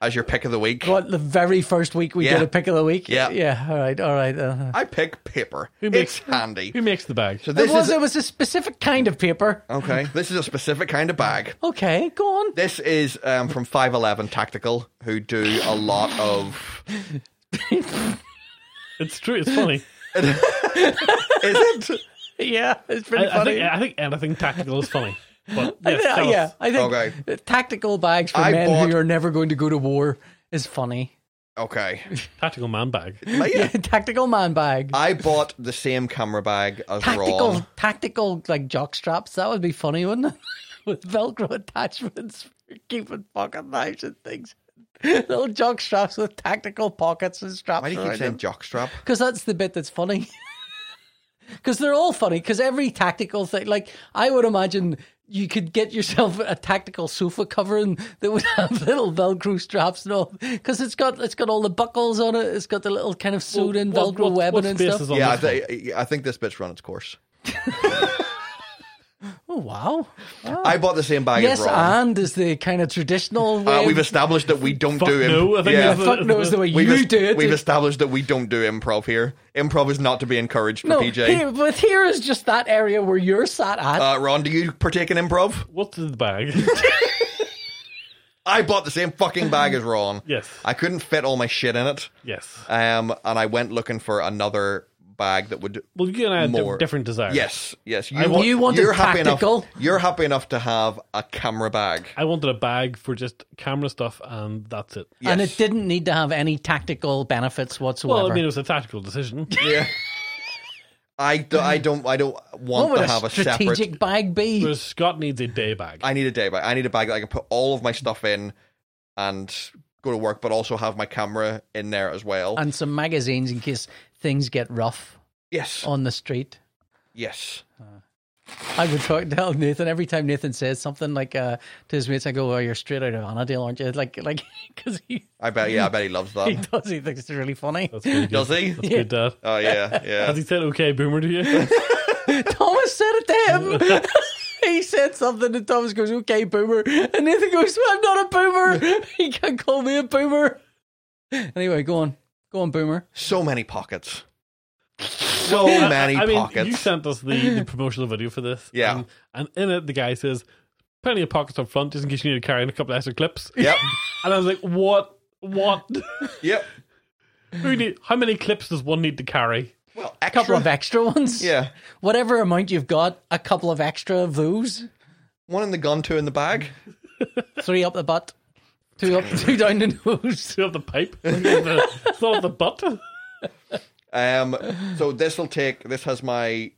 [SPEAKER 3] as your pick of the week,
[SPEAKER 2] what the very first week we
[SPEAKER 3] Yeah.
[SPEAKER 2] did a pick of the week.
[SPEAKER 3] Yeah.
[SPEAKER 2] yeah. All right, all right. Uh,
[SPEAKER 3] I pick paper.
[SPEAKER 1] makes-
[SPEAKER 3] it's handy.
[SPEAKER 1] Who makes the bag?
[SPEAKER 3] So
[SPEAKER 2] it
[SPEAKER 3] this
[SPEAKER 2] was
[SPEAKER 3] is
[SPEAKER 2] it was a specific kind of paper.
[SPEAKER 3] okay. This is a specific kind of bag.
[SPEAKER 2] Okay, go on.
[SPEAKER 3] This is um, from Five Eleven Tactical, who do a lot of.
[SPEAKER 1] It's true. It's funny.
[SPEAKER 3] Is it?
[SPEAKER 2] Yeah, it's pretty
[SPEAKER 1] I, I,
[SPEAKER 2] funny.
[SPEAKER 1] think, I think anything tactical is funny. But yes,
[SPEAKER 2] yeah,
[SPEAKER 1] tell us.
[SPEAKER 2] yeah, I think
[SPEAKER 3] Okay.
[SPEAKER 2] the tactical bags for
[SPEAKER 3] I
[SPEAKER 2] men
[SPEAKER 3] bought-
[SPEAKER 2] who are never going to go to war is funny.
[SPEAKER 3] Okay.
[SPEAKER 1] Tactical man bag.
[SPEAKER 3] But yeah,
[SPEAKER 2] tactical man bag.
[SPEAKER 3] I bought the same camera bag as
[SPEAKER 2] tactical,
[SPEAKER 3] Ron.
[SPEAKER 2] tactical like jock straps. That would be funny, wouldn't it? With Velcro attachments for keeping pocket knives and things. Little jock straps with tactical pockets and straps.
[SPEAKER 3] Why do you keep saying jockstrap?
[SPEAKER 2] Because that's the bit that's funny. Because they're all funny. Because every tactical thing, like I would imagine, you could get yourself a tactical sofa covering that would have little Velcro straps and all. Because it's got it's got all the buckles on it. It's got the little kind of sewed in
[SPEAKER 1] What-
[SPEAKER 2] Velcro
[SPEAKER 1] what-
[SPEAKER 2] webbing
[SPEAKER 1] what
[SPEAKER 2] and
[SPEAKER 1] space
[SPEAKER 2] stuff.
[SPEAKER 1] is on
[SPEAKER 3] Yeah, I,
[SPEAKER 1] this one?
[SPEAKER 3] thi- I think this bit's run its course.
[SPEAKER 2] Oh wow!
[SPEAKER 3] I bought the same bag
[SPEAKER 2] Oh. Yes,
[SPEAKER 3] as Ron.
[SPEAKER 2] and is the kind of traditional way.
[SPEAKER 3] Uh, we've
[SPEAKER 2] of-
[SPEAKER 3] established that we don't
[SPEAKER 1] Fuck
[SPEAKER 3] do him.
[SPEAKER 1] no, I think
[SPEAKER 3] yeah.
[SPEAKER 1] that's
[SPEAKER 2] fuck knows the way
[SPEAKER 3] We've,
[SPEAKER 2] you
[SPEAKER 3] es-
[SPEAKER 2] do it.
[SPEAKER 3] we've established that we don't do improv here. Improv is not to be encouraged for
[SPEAKER 2] no,
[SPEAKER 3] PJ.
[SPEAKER 2] here- but here is just that area where you're sat at.
[SPEAKER 3] Uh, Ron, do you partake in improv?
[SPEAKER 1] What's in the bag?
[SPEAKER 3] I bought the same fucking bag as Ron.
[SPEAKER 1] Yes.
[SPEAKER 3] I couldn't fit all my shit in it.
[SPEAKER 1] yes.
[SPEAKER 3] Um, and I went looking for another bag that would.
[SPEAKER 1] Well, you and I had di-
[SPEAKER 3] More.
[SPEAKER 1] different desires.
[SPEAKER 3] Yes, yes. You,
[SPEAKER 2] want- You wanted
[SPEAKER 3] you're happy
[SPEAKER 2] tactical.
[SPEAKER 3] Enough, you're happy enough to have a camera bag.
[SPEAKER 1] I wanted a bag for just camera stuff, and that's it.
[SPEAKER 2] And
[SPEAKER 3] yes.
[SPEAKER 2] it didn't need to have any tactical benefits whatsoever.
[SPEAKER 1] Well, I mean, it was a tactical decision.
[SPEAKER 3] Yeah. I, do, I don't I don't
[SPEAKER 2] what
[SPEAKER 3] want
[SPEAKER 2] would
[SPEAKER 3] to
[SPEAKER 2] a
[SPEAKER 3] have a
[SPEAKER 2] strategic
[SPEAKER 3] separate.
[SPEAKER 2] bag be?
[SPEAKER 1] Whereas Scott needs a day bag.
[SPEAKER 3] I need a day bag. I need a bag that I can put all of my stuff in and go to work, but also have my camera in there as well.
[SPEAKER 2] and some magazines in case things get rough
[SPEAKER 3] yes,
[SPEAKER 2] on the street.
[SPEAKER 3] yes.
[SPEAKER 2] I would talk, tell Nathan every time Nathan says something like uh, to his mates, I go, "Well, you're straight out of Annadale, aren't you?" Like, like because he,
[SPEAKER 3] I bet. Yeah, I bet he loves
[SPEAKER 2] he
[SPEAKER 3] that.
[SPEAKER 2] does. He thinks it's really funny.
[SPEAKER 1] That's good.
[SPEAKER 3] Does he?
[SPEAKER 1] That's good, Dad.
[SPEAKER 3] Oh yeah, yeah.
[SPEAKER 1] Has he said okay, boomer, to you?
[SPEAKER 2] Thomas said it to him. he said something, and Thomas goes, "Okay, boomer," and Nathan goes, well, "I'm not a boomer. he can't call me a boomer." Anyway, go on, go on, boomer.
[SPEAKER 3] So many pockets. So
[SPEAKER 1] I-
[SPEAKER 3] many
[SPEAKER 1] I mean,
[SPEAKER 3] pockets.
[SPEAKER 1] You sent us the, the promotional video for this.
[SPEAKER 3] Yeah.
[SPEAKER 1] And, and in it, the guy says, plenty of pockets up front just in case you need to carry in a couple extra clips.
[SPEAKER 3] Yep.
[SPEAKER 1] And I was like, what? What?
[SPEAKER 3] Yep.
[SPEAKER 1] Who need, how many clips does one need to carry?
[SPEAKER 3] Well,
[SPEAKER 2] A couple
[SPEAKER 3] extra.
[SPEAKER 2] of extra ones.
[SPEAKER 3] Yeah.
[SPEAKER 2] Whatever amount you've got, a couple of extra of those.
[SPEAKER 3] One in the gun, two in the bag.
[SPEAKER 2] Three up the butt, two up, two down the nose.
[SPEAKER 1] Two up the pipe? it's not up the butt.
[SPEAKER 3] Um. So this will take. This has my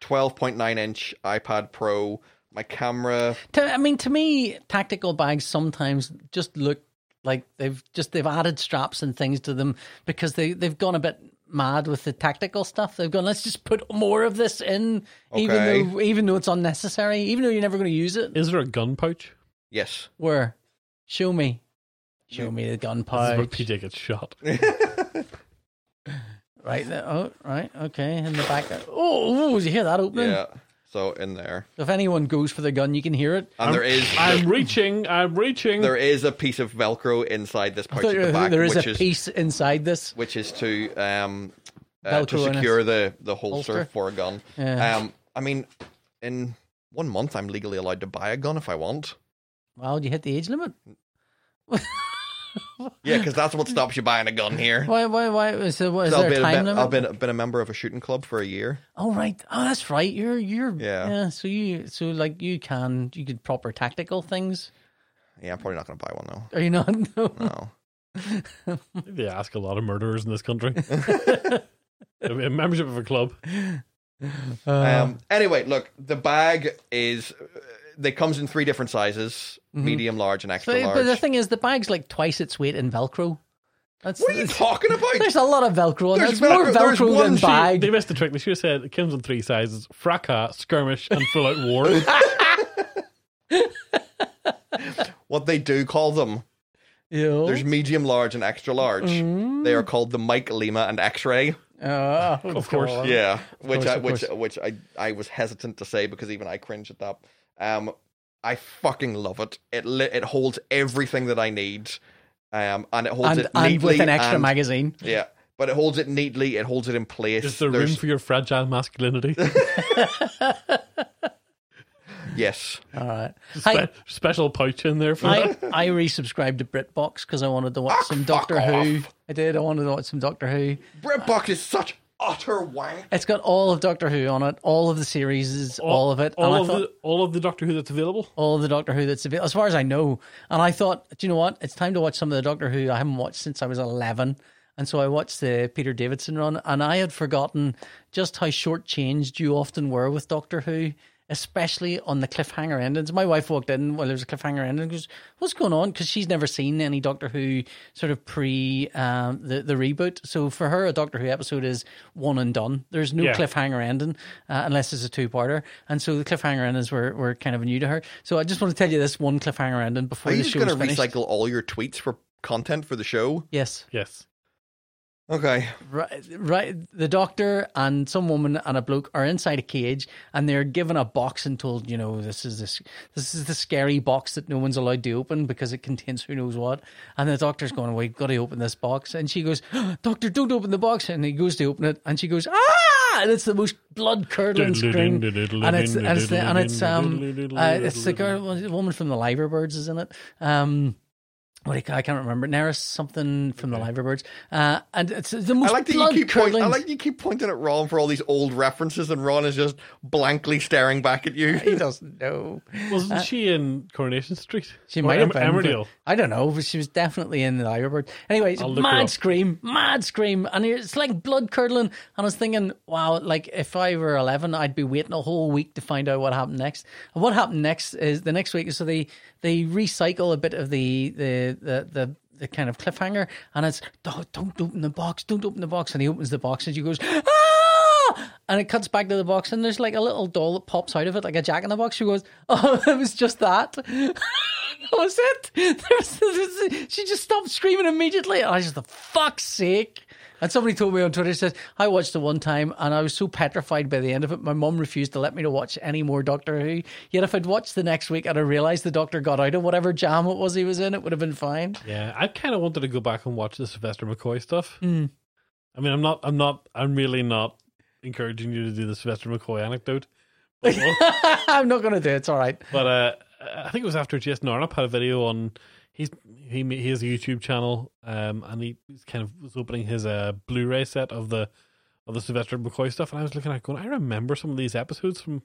[SPEAKER 3] 12.9 inch iPad Pro. My camera.
[SPEAKER 2] To, I mean, to me, tactical bags sometimes just look like they've just they've added straps and things to them because they they've gone a bit mad with the tactical stuff. They've gone, let's just put more of this in,
[SPEAKER 3] Okay.
[SPEAKER 2] even though even though it's unnecessary, even though you're never going to use it.
[SPEAKER 1] Is there a gun pouch?
[SPEAKER 3] Yes.
[SPEAKER 2] Where? Show me. Show me the gun
[SPEAKER 1] This is where
[SPEAKER 2] pouch.
[SPEAKER 1] PJ gets shot.
[SPEAKER 2] Right there. Oh, right. Okay. In the back. Oh, oh did you hear that opening?
[SPEAKER 3] Yeah. So in there,
[SPEAKER 2] If anyone goes for the gun, you can hear it.
[SPEAKER 3] and there is
[SPEAKER 1] I'm reaching. I'm reaching.
[SPEAKER 3] there is a piece of Velcro inside this pouch at the back,
[SPEAKER 2] there is
[SPEAKER 3] which
[SPEAKER 2] a
[SPEAKER 3] is
[SPEAKER 2] piece inside this.
[SPEAKER 3] which is to um uh, to
[SPEAKER 2] Velcro in it.
[SPEAKER 3] secure the the holster,
[SPEAKER 2] Holster.
[SPEAKER 3] for a gun.
[SPEAKER 2] Yeah.
[SPEAKER 3] Um. I mean, in one month, I'm legally allowed to buy a gun if I want.
[SPEAKER 2] Wow, you hit the age limit.
[SPEAKER 3] Yeah, because that's what stops you buying a gun here.
[SPEAKER 2] Why? Why? Why? Is there, what, is
[SPEAKER 3] So I've
[SPEAKER 2] there a
[SPEAKER 3] been,
[SPEAKER 2] time
[SPEAKER 3] a, mem-
[SPEAKER 2] limit?
[SPEAKER 3] I've been, been a member of a shooting club for a year.
[SPEAKER 2] oh right. Oh, that's right. You're you're
[SPEAKER 3] Yeah.
[SPEAKER 2] So you so like you can you could proper tactical things.
[SPEAKER 3] Yeah, I'm probably not going to buy one though.
[SPEAKER 2] Are you not? No.
[SPEAKER 3] No.
[SPEAKER 1] They ask a lot of murderers in this country. a membership of a club.
[SPEAKER 2] Uh.
[SPEAKER 3] Um, anyway, look, the bag is. uh, They comes in three different sizes: medium, large, and extra
[SPEAKER 2] Mm-hmm. But, but the
[SPEAKER 3] large.
[SPEAKER 2] thing is, the bag's like twice its weight in Velcro. That's
[SPEAKER 3] what are you talking about?
[SPEAKER 2] there's a lot of Velcro. on there.
[SPEAKER 3] There's
[SPEAKER 2] It's more
[SPEAKER 3] Velcro- there's
[SPEAKER 2] Velcro
[SPEAKER 3] one
[SPEAKER 2] than
[SPEAKER 3] sheet-
[SPEAKER 2] bag.
[SPEAKER 1] They missed the trick. They should have said it comes in three sizes: fracas, skirmish, and full-out war.
[SPEAKER 3] what they do call them.
[SPEAKER 2] Yo.
[SPEAKER 3] There's medium, large, and extra large. They are called the Mike Lima and X-ray.
[SPEAKER 2] Oh,
[SPEAKER 1] Of course.
[SPEAKER 2] God.
[SPEAKER 3] Yeah, which
[SPEAKER 2] course,
[SPEAKER 3] I,
[SPEAKER 2] of
[SPEAKER 3] which
[SPEAKER 2] course.
[SPEAKER 3] which I I was hesitant to say because even I cringe at that. Um, I fucking love it. It li- it holds everything that I need. Um, and it holds
[SPEAKER 2] And,
[SPEAKER 3] it neatly
[SPEAKER 2] and with an extra
[SPEAKER 3] and-
[SPEAKER 2] magazine.
[SPEAKER 3] Yeah, but it holds it neatly. It holds it in place.
[SPEAKER 1] Is there
[SPEAKER 3] There's-
[SPEAKER 1] room for your fragile masculinity?
[SPEAKER 3] yes,
[SPEAKER 2] All right.
[SPEAKER 1] Spe- special pouch in there for that.
[SPEAKER 2] I, I resubscribed to BritBox because I wanted to watch some
[SPEAKER 3] Ah, fuck
[SPEAKER 2] Doctor Who. I did. I wanted to watch some Doctor Who.
[SPEAKER 3] Britbox is such utter wank.
[SPEAKER 2] It's got all of Doctor Who on it, all of the series, all, of it.
[SPEAKER 1] All
[SPEAKER 2] and
[SPEAKER 1] of
[SPEAKER 2] I thought,
[SPEAKER 1] the all of the Doctor Who that's available.
[SPEAKER 2] all of the Doctor Who that's available, as far as I know. And I thought, do you know what? It's time to watch some of the Doctor Who I haven't watched since I was 11. And so I watched the Peter Davidson run, and I had forgotten just how shortchanged you often were with Doctor Who, especially on the cliffhanger endings. My wife walked in while there was a cliffhanger ending and goes, What's going on? Because she's never seen any Doctor Who sort of pre um, the, the reboot. So for her, a Doctor Who episode is one and done. There's no
[SPEAKER 1] Yeah.
[SPEAKER 2] cliffhanger cliffhanger ending, uh, unless it's a two-parter. And so the cliffhanger endings were, were kind of new to her. So I just want to tell you this one cliffhanger ending before
[SPEAKER 3] Are
[SPEAKER 2] the
[SPEAKER 3] you just
[SPEAKER 2] show
[SPEAKER 3] going
[SPEAKER 2] is
[SPEAKER 3] to
[SPEAKER 2] finished.
[SPEAKER 3] recycle all your tweets for content for the show?
[SPEAKER 2] Yes,
[SPEAKER 1] Yes.
[SPEAKER 3] Okay.
[SPEAKER 2] right, right. The doctor and some woman and a bloke are inside a cage, and they're given a box and told, you know, this is this this is the scary box that no one's allowed to open because it contains who knows what. And the doctor's going, "We've got to open this box," and she goes, "Ah, "Doctor, don't open the box." And he goes to open it, and she goes, "Ah!" And it's the most blood curdling scream, and it's and it's the, and it's um uh, it's the girl, the woman from the Liverbirds is in it. Um. Like I can't remember Neris something from the Liverbirds, uh, and it's the most
[SPEAKER 3] I like that you
[SPEAKER 2] blood
[SPEAKER 3] keep point, I
[SPEAKER 2] curdling.
[SPEAKER 3] like you keep pointing at Ron for all these old references, and Ron is just blankly staring back at you.
[SPEAKER 2] He doesn't know.
[SPEAKER 1] Wasn't she in Coronation Street?
[SPEAKER 2] Uh, She
[SPEAKER 1] Or
[SPEAKER 2] might have
[SPEAKER 1] Em-
[SPEAKER 2] been.
[SPEAKER 1] Emmerdale.
[SPEAKER 2] but I don't know, but she was definitely in the Liverbird. Anyway, it's
[SPEAKER 1] I'll look her
[SPEAKER 2] mad
[SPEAKER 1] up.
[SPEAKER 2] scream, mad scream, and it's like blood curdling. And I was thinking, wow, like if I were eleven, I'd be waiting a whole week to find out what happened next. And what happened next is the next week. So they they recycle a bit of the the the. the the kind of cliffhanger, and it's don't, don't open the box, don't open the box, and he opens the box, and she goes, ah! and it cuts back to the box, and there's like a little doll that pops out of it, like a jack in the box. She goes, oh, it was just that. That was it. There was- there was- she just stopped screaming immediately. I was just, the fuck's sake. And somebody told me on Twitter, says, I watched it one time and I was so petrified by the end of it, my mum refused to let me to watch any more Doctor Who. Yet if I'd watched the next week and I realised the Doctor got out of whatever jam it was he was in, it would have been fine.
[SPEAKER 1] Yeah, I kind of wanted to go back and watch the Sylvester McCoy stuff.
[SPEAKER 2] Hmm.
[SPEAKER 1] I mean, I'm not, I'm not, I'm really not encouraging you to do the Sylvester McCoy anecdote. But,
[SPEAKER 2] I'm not going to do it. It's all right.
[SPEAKER 1] but, uh, I think it was after Jason Arnup had a video on. He's he ma- he has a YouTube channel, um, and he he's kind of was opening his uh Blu-ray set of the of the Sylvester McCoy stuff, and I was looking at it going, I remember some of these episodes from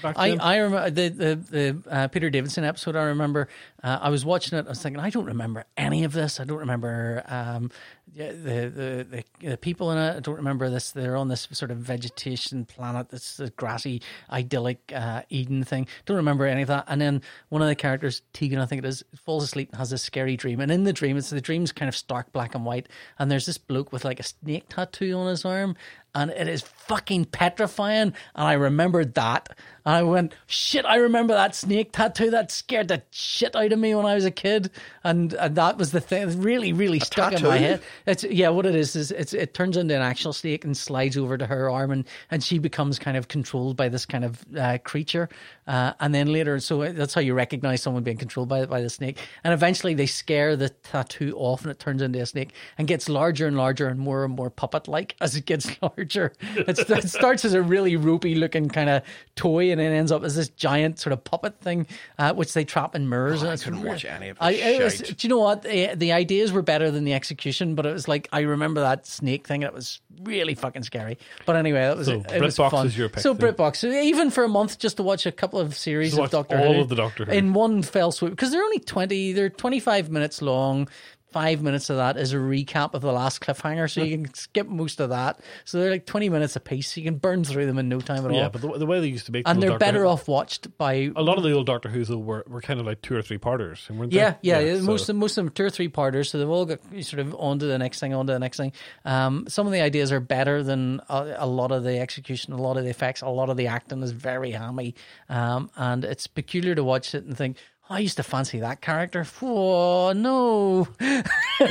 [SPEAKER 1] back
[SPEAKER 2] I,
[SPEAKER 1] then.
[SPEAKER 2] I remember the the, the uh, Peter Davidson episode. I remember uh, I was watching it. I was thinking, I don't remember any of this. I don't remember um, yeah, the, the the the people in it. I don't remember this. They're on this sort of vegetation planet, this uh, grassy, idyllic uh, Eden thing. Don't remember any of that. And then one of the characters, Tegan, I think it is, falls asleep and has this scary dream. And in the dream, it's the dream's kind of stark black and white. And there's this bloke with like a snake tattoo on his arm, and it is fucking petrifying. And I remembered that. And I went, shit, I remember that snake tattoo that scared the shit out of me when I was a kid. And, and that was the thing that really, really stuck in my
[SPEAKER 3] tattoo?
[SPEAKER 2] head. It's yeah, what it is is it's it turns into an actual snake and slides over to her arm, and and she becomes kind of controlled by this kind of uh, creature, uh, and then later, so that's how you recognize someone being controlled by by the snake, and eventually they scare the tattoo off, and it turns into a snake and gets larger and larger and more and more puppet like as it gets larger. It's, it starts as a really ropey looking kind of toy, and it ends up as this giant sort of puppet thing, uh, which they trap in mirrors. and
[SPEAKER 3] Oh, I
[SPEAKER 2] it's
[SPEAKER 3] couldn't
[SPEAKER 2] re-
[SPEAKER 3] watch any of
[SPEAKER 2] I-
[SPEAKER 3] this
[SPEAKER 2] it was-
[SPEAKER 3] shite.
[SPEAKER 2] do you know what? The, the ideas were better than the execution, but it was like I remember that snake thing. It was really fucking scary. But anyway, that was
[SPEAKER 1] So
[SPEAKER 2] it. it was
[SPEAKER 1] BritBox
[SPEAKER 2] fun.
[SPEAKER 1] is your pick
[SPEAKER 2] So
[SPEAKER 1] then?
[SPEAKER 2] BritBox, So even for a month, just to watch a couple of series
[SPEAKER 1] Just
[SPEAKER 2] of
[SPEAKER 1] watch
[SPEAKER 2] Doctor
[SPEAKER 1] all
[SPEAKER 2] Who
[SPEAKER 1] of the Doctor Who.
[SPEAKER 2] in one fell swoop because they're only twenty. They're twenty five minutes long. Five minutes of that is a recap of the last cliffhanger, so you can skip most of that. So they're like twenty minutes a piece. You can burn through them in no time at all.
[SPEAKER 1] yeah, but the, the way they used to make
[SPEAKER 2] and
[SPEAKER 1] the
[SPEAKER 2] they're
[SPEAKER 1] Doctor
[SPEAKER 2] better
[SPEAKER 1] Who-
[SPEAKER 2] off watched by
[SPEAKER 1] a lot of the old Doctor Who's though were, were kind of like two or three parters, weren't they?
[SPEAKER 2] Yeah, yeah. yeah,
[SPEAKER 1] so-
[SPEAKER 2] most of most of them two or three parters, so they've all got sort of on to the next thing, on to the next thing. Um, some of the ideas are better than a, a lot of the execution, a lot of the effects, a lot of the acting is very hammy, um, and it's peculiar to watch it and think, I used to fancy that character. Whoa, no.
[SPEAKER 1] Good,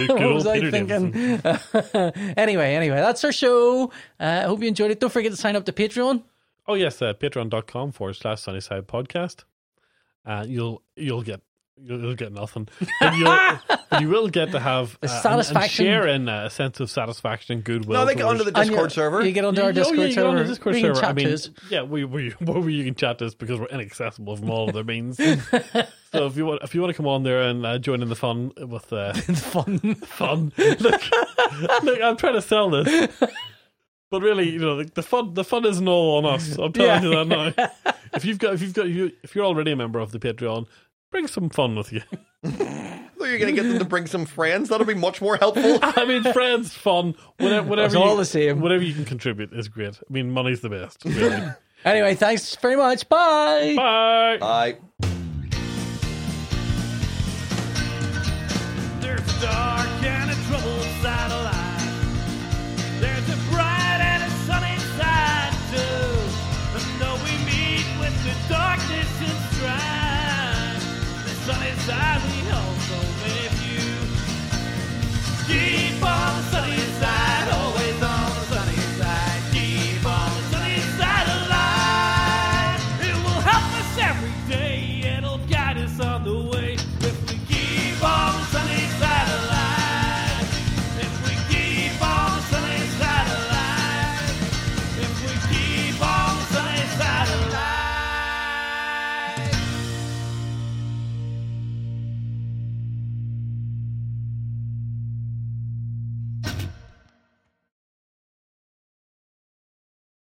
[SPEAKER 1] good
[SPEAKER 2] what
[SPEAKER 1] old
[SPEAKER 2] was I
[SPEAKER 1] Peter
[SPEAKER 2] thinking?
[SPEAKER 1] Davison.
[SPEAKER 2] anyway, anyway, that's our show. Uh, I hope you enjoyed it. Don't forget to sign up to Patreon.
[SPEAKER 1] Oh yes, uh, patreon.com forward slash sunnyside podcast. Uh, you'll you'll get you'll, you'll get nothing, but, you'll, but you will get to have uh, and-
[SPEAKER 2] satisfaction.
[SPEAKER 1] and, share in uh, a sense of satisfaction and goodwill.
[SPEAKER 3] No, they get
[SPEAKER 1] towards-
[SPEAKER 3] onto the
[SPEAKER 2] And you-
[SPEAKER 3] Discord server.
[SPEAKER 2] You get onto
[SPEAKER 1] Yeah,
[SPEAKER 2] our
[SPEAKER 1] yeah,
[SPEAKER 2] Discord
[SPEAKER 1] you go
[SPEAKER 2] server.
[SPEAKER 1] on the Discord
[SPEAKER 2] We can
[SPEAKER 1] server.
[SPEAKER 2] chat
[SPEAKER 1] I mean,
[SPEAKER 2] to us.
[SPEAKER 1] yeah, we we we you can chat to us because we're inaccessible from all other means. so if you want if you want to come on there and uh, join in the fun with uh,
[SPEAKER 2] It's fun.
[SPEAKER 1] fun. Look, look, I'm trying to sell this, but really, you know, the, the fun the fun isn't all on us. I'm telling you that now. If you've got if you've got you if you're already a member of the Patreon, bring some fun with you.
[SPEAKER 3] So you're going to get them to bring some friends. That'll be much more helpful.
[SPEAKER 1] I mean, friends, fun, whatever. whatever
[SPEAKER 2] It's
[SPEAKER 1] you,
[SPEAKER 2] all the same.
[SPEAKER 1] Whatever you can contribute is great. I mean, money's the best. Really.
[SPEAKER 2] Anyway, thanks very much. Bye.
[SPEAKER 1] Bye.
[SPEAKER 3] Bye.
[SPEAKER 4] There's a dark and a troubled side of life. There's a bright and a sunny side too. And though we meet with the darkness and strife, the sunny side we hold so many few. Keep on the sunny side, always on the sunny side. Keep on the sunny side alive. It will help us every day. It'll guide.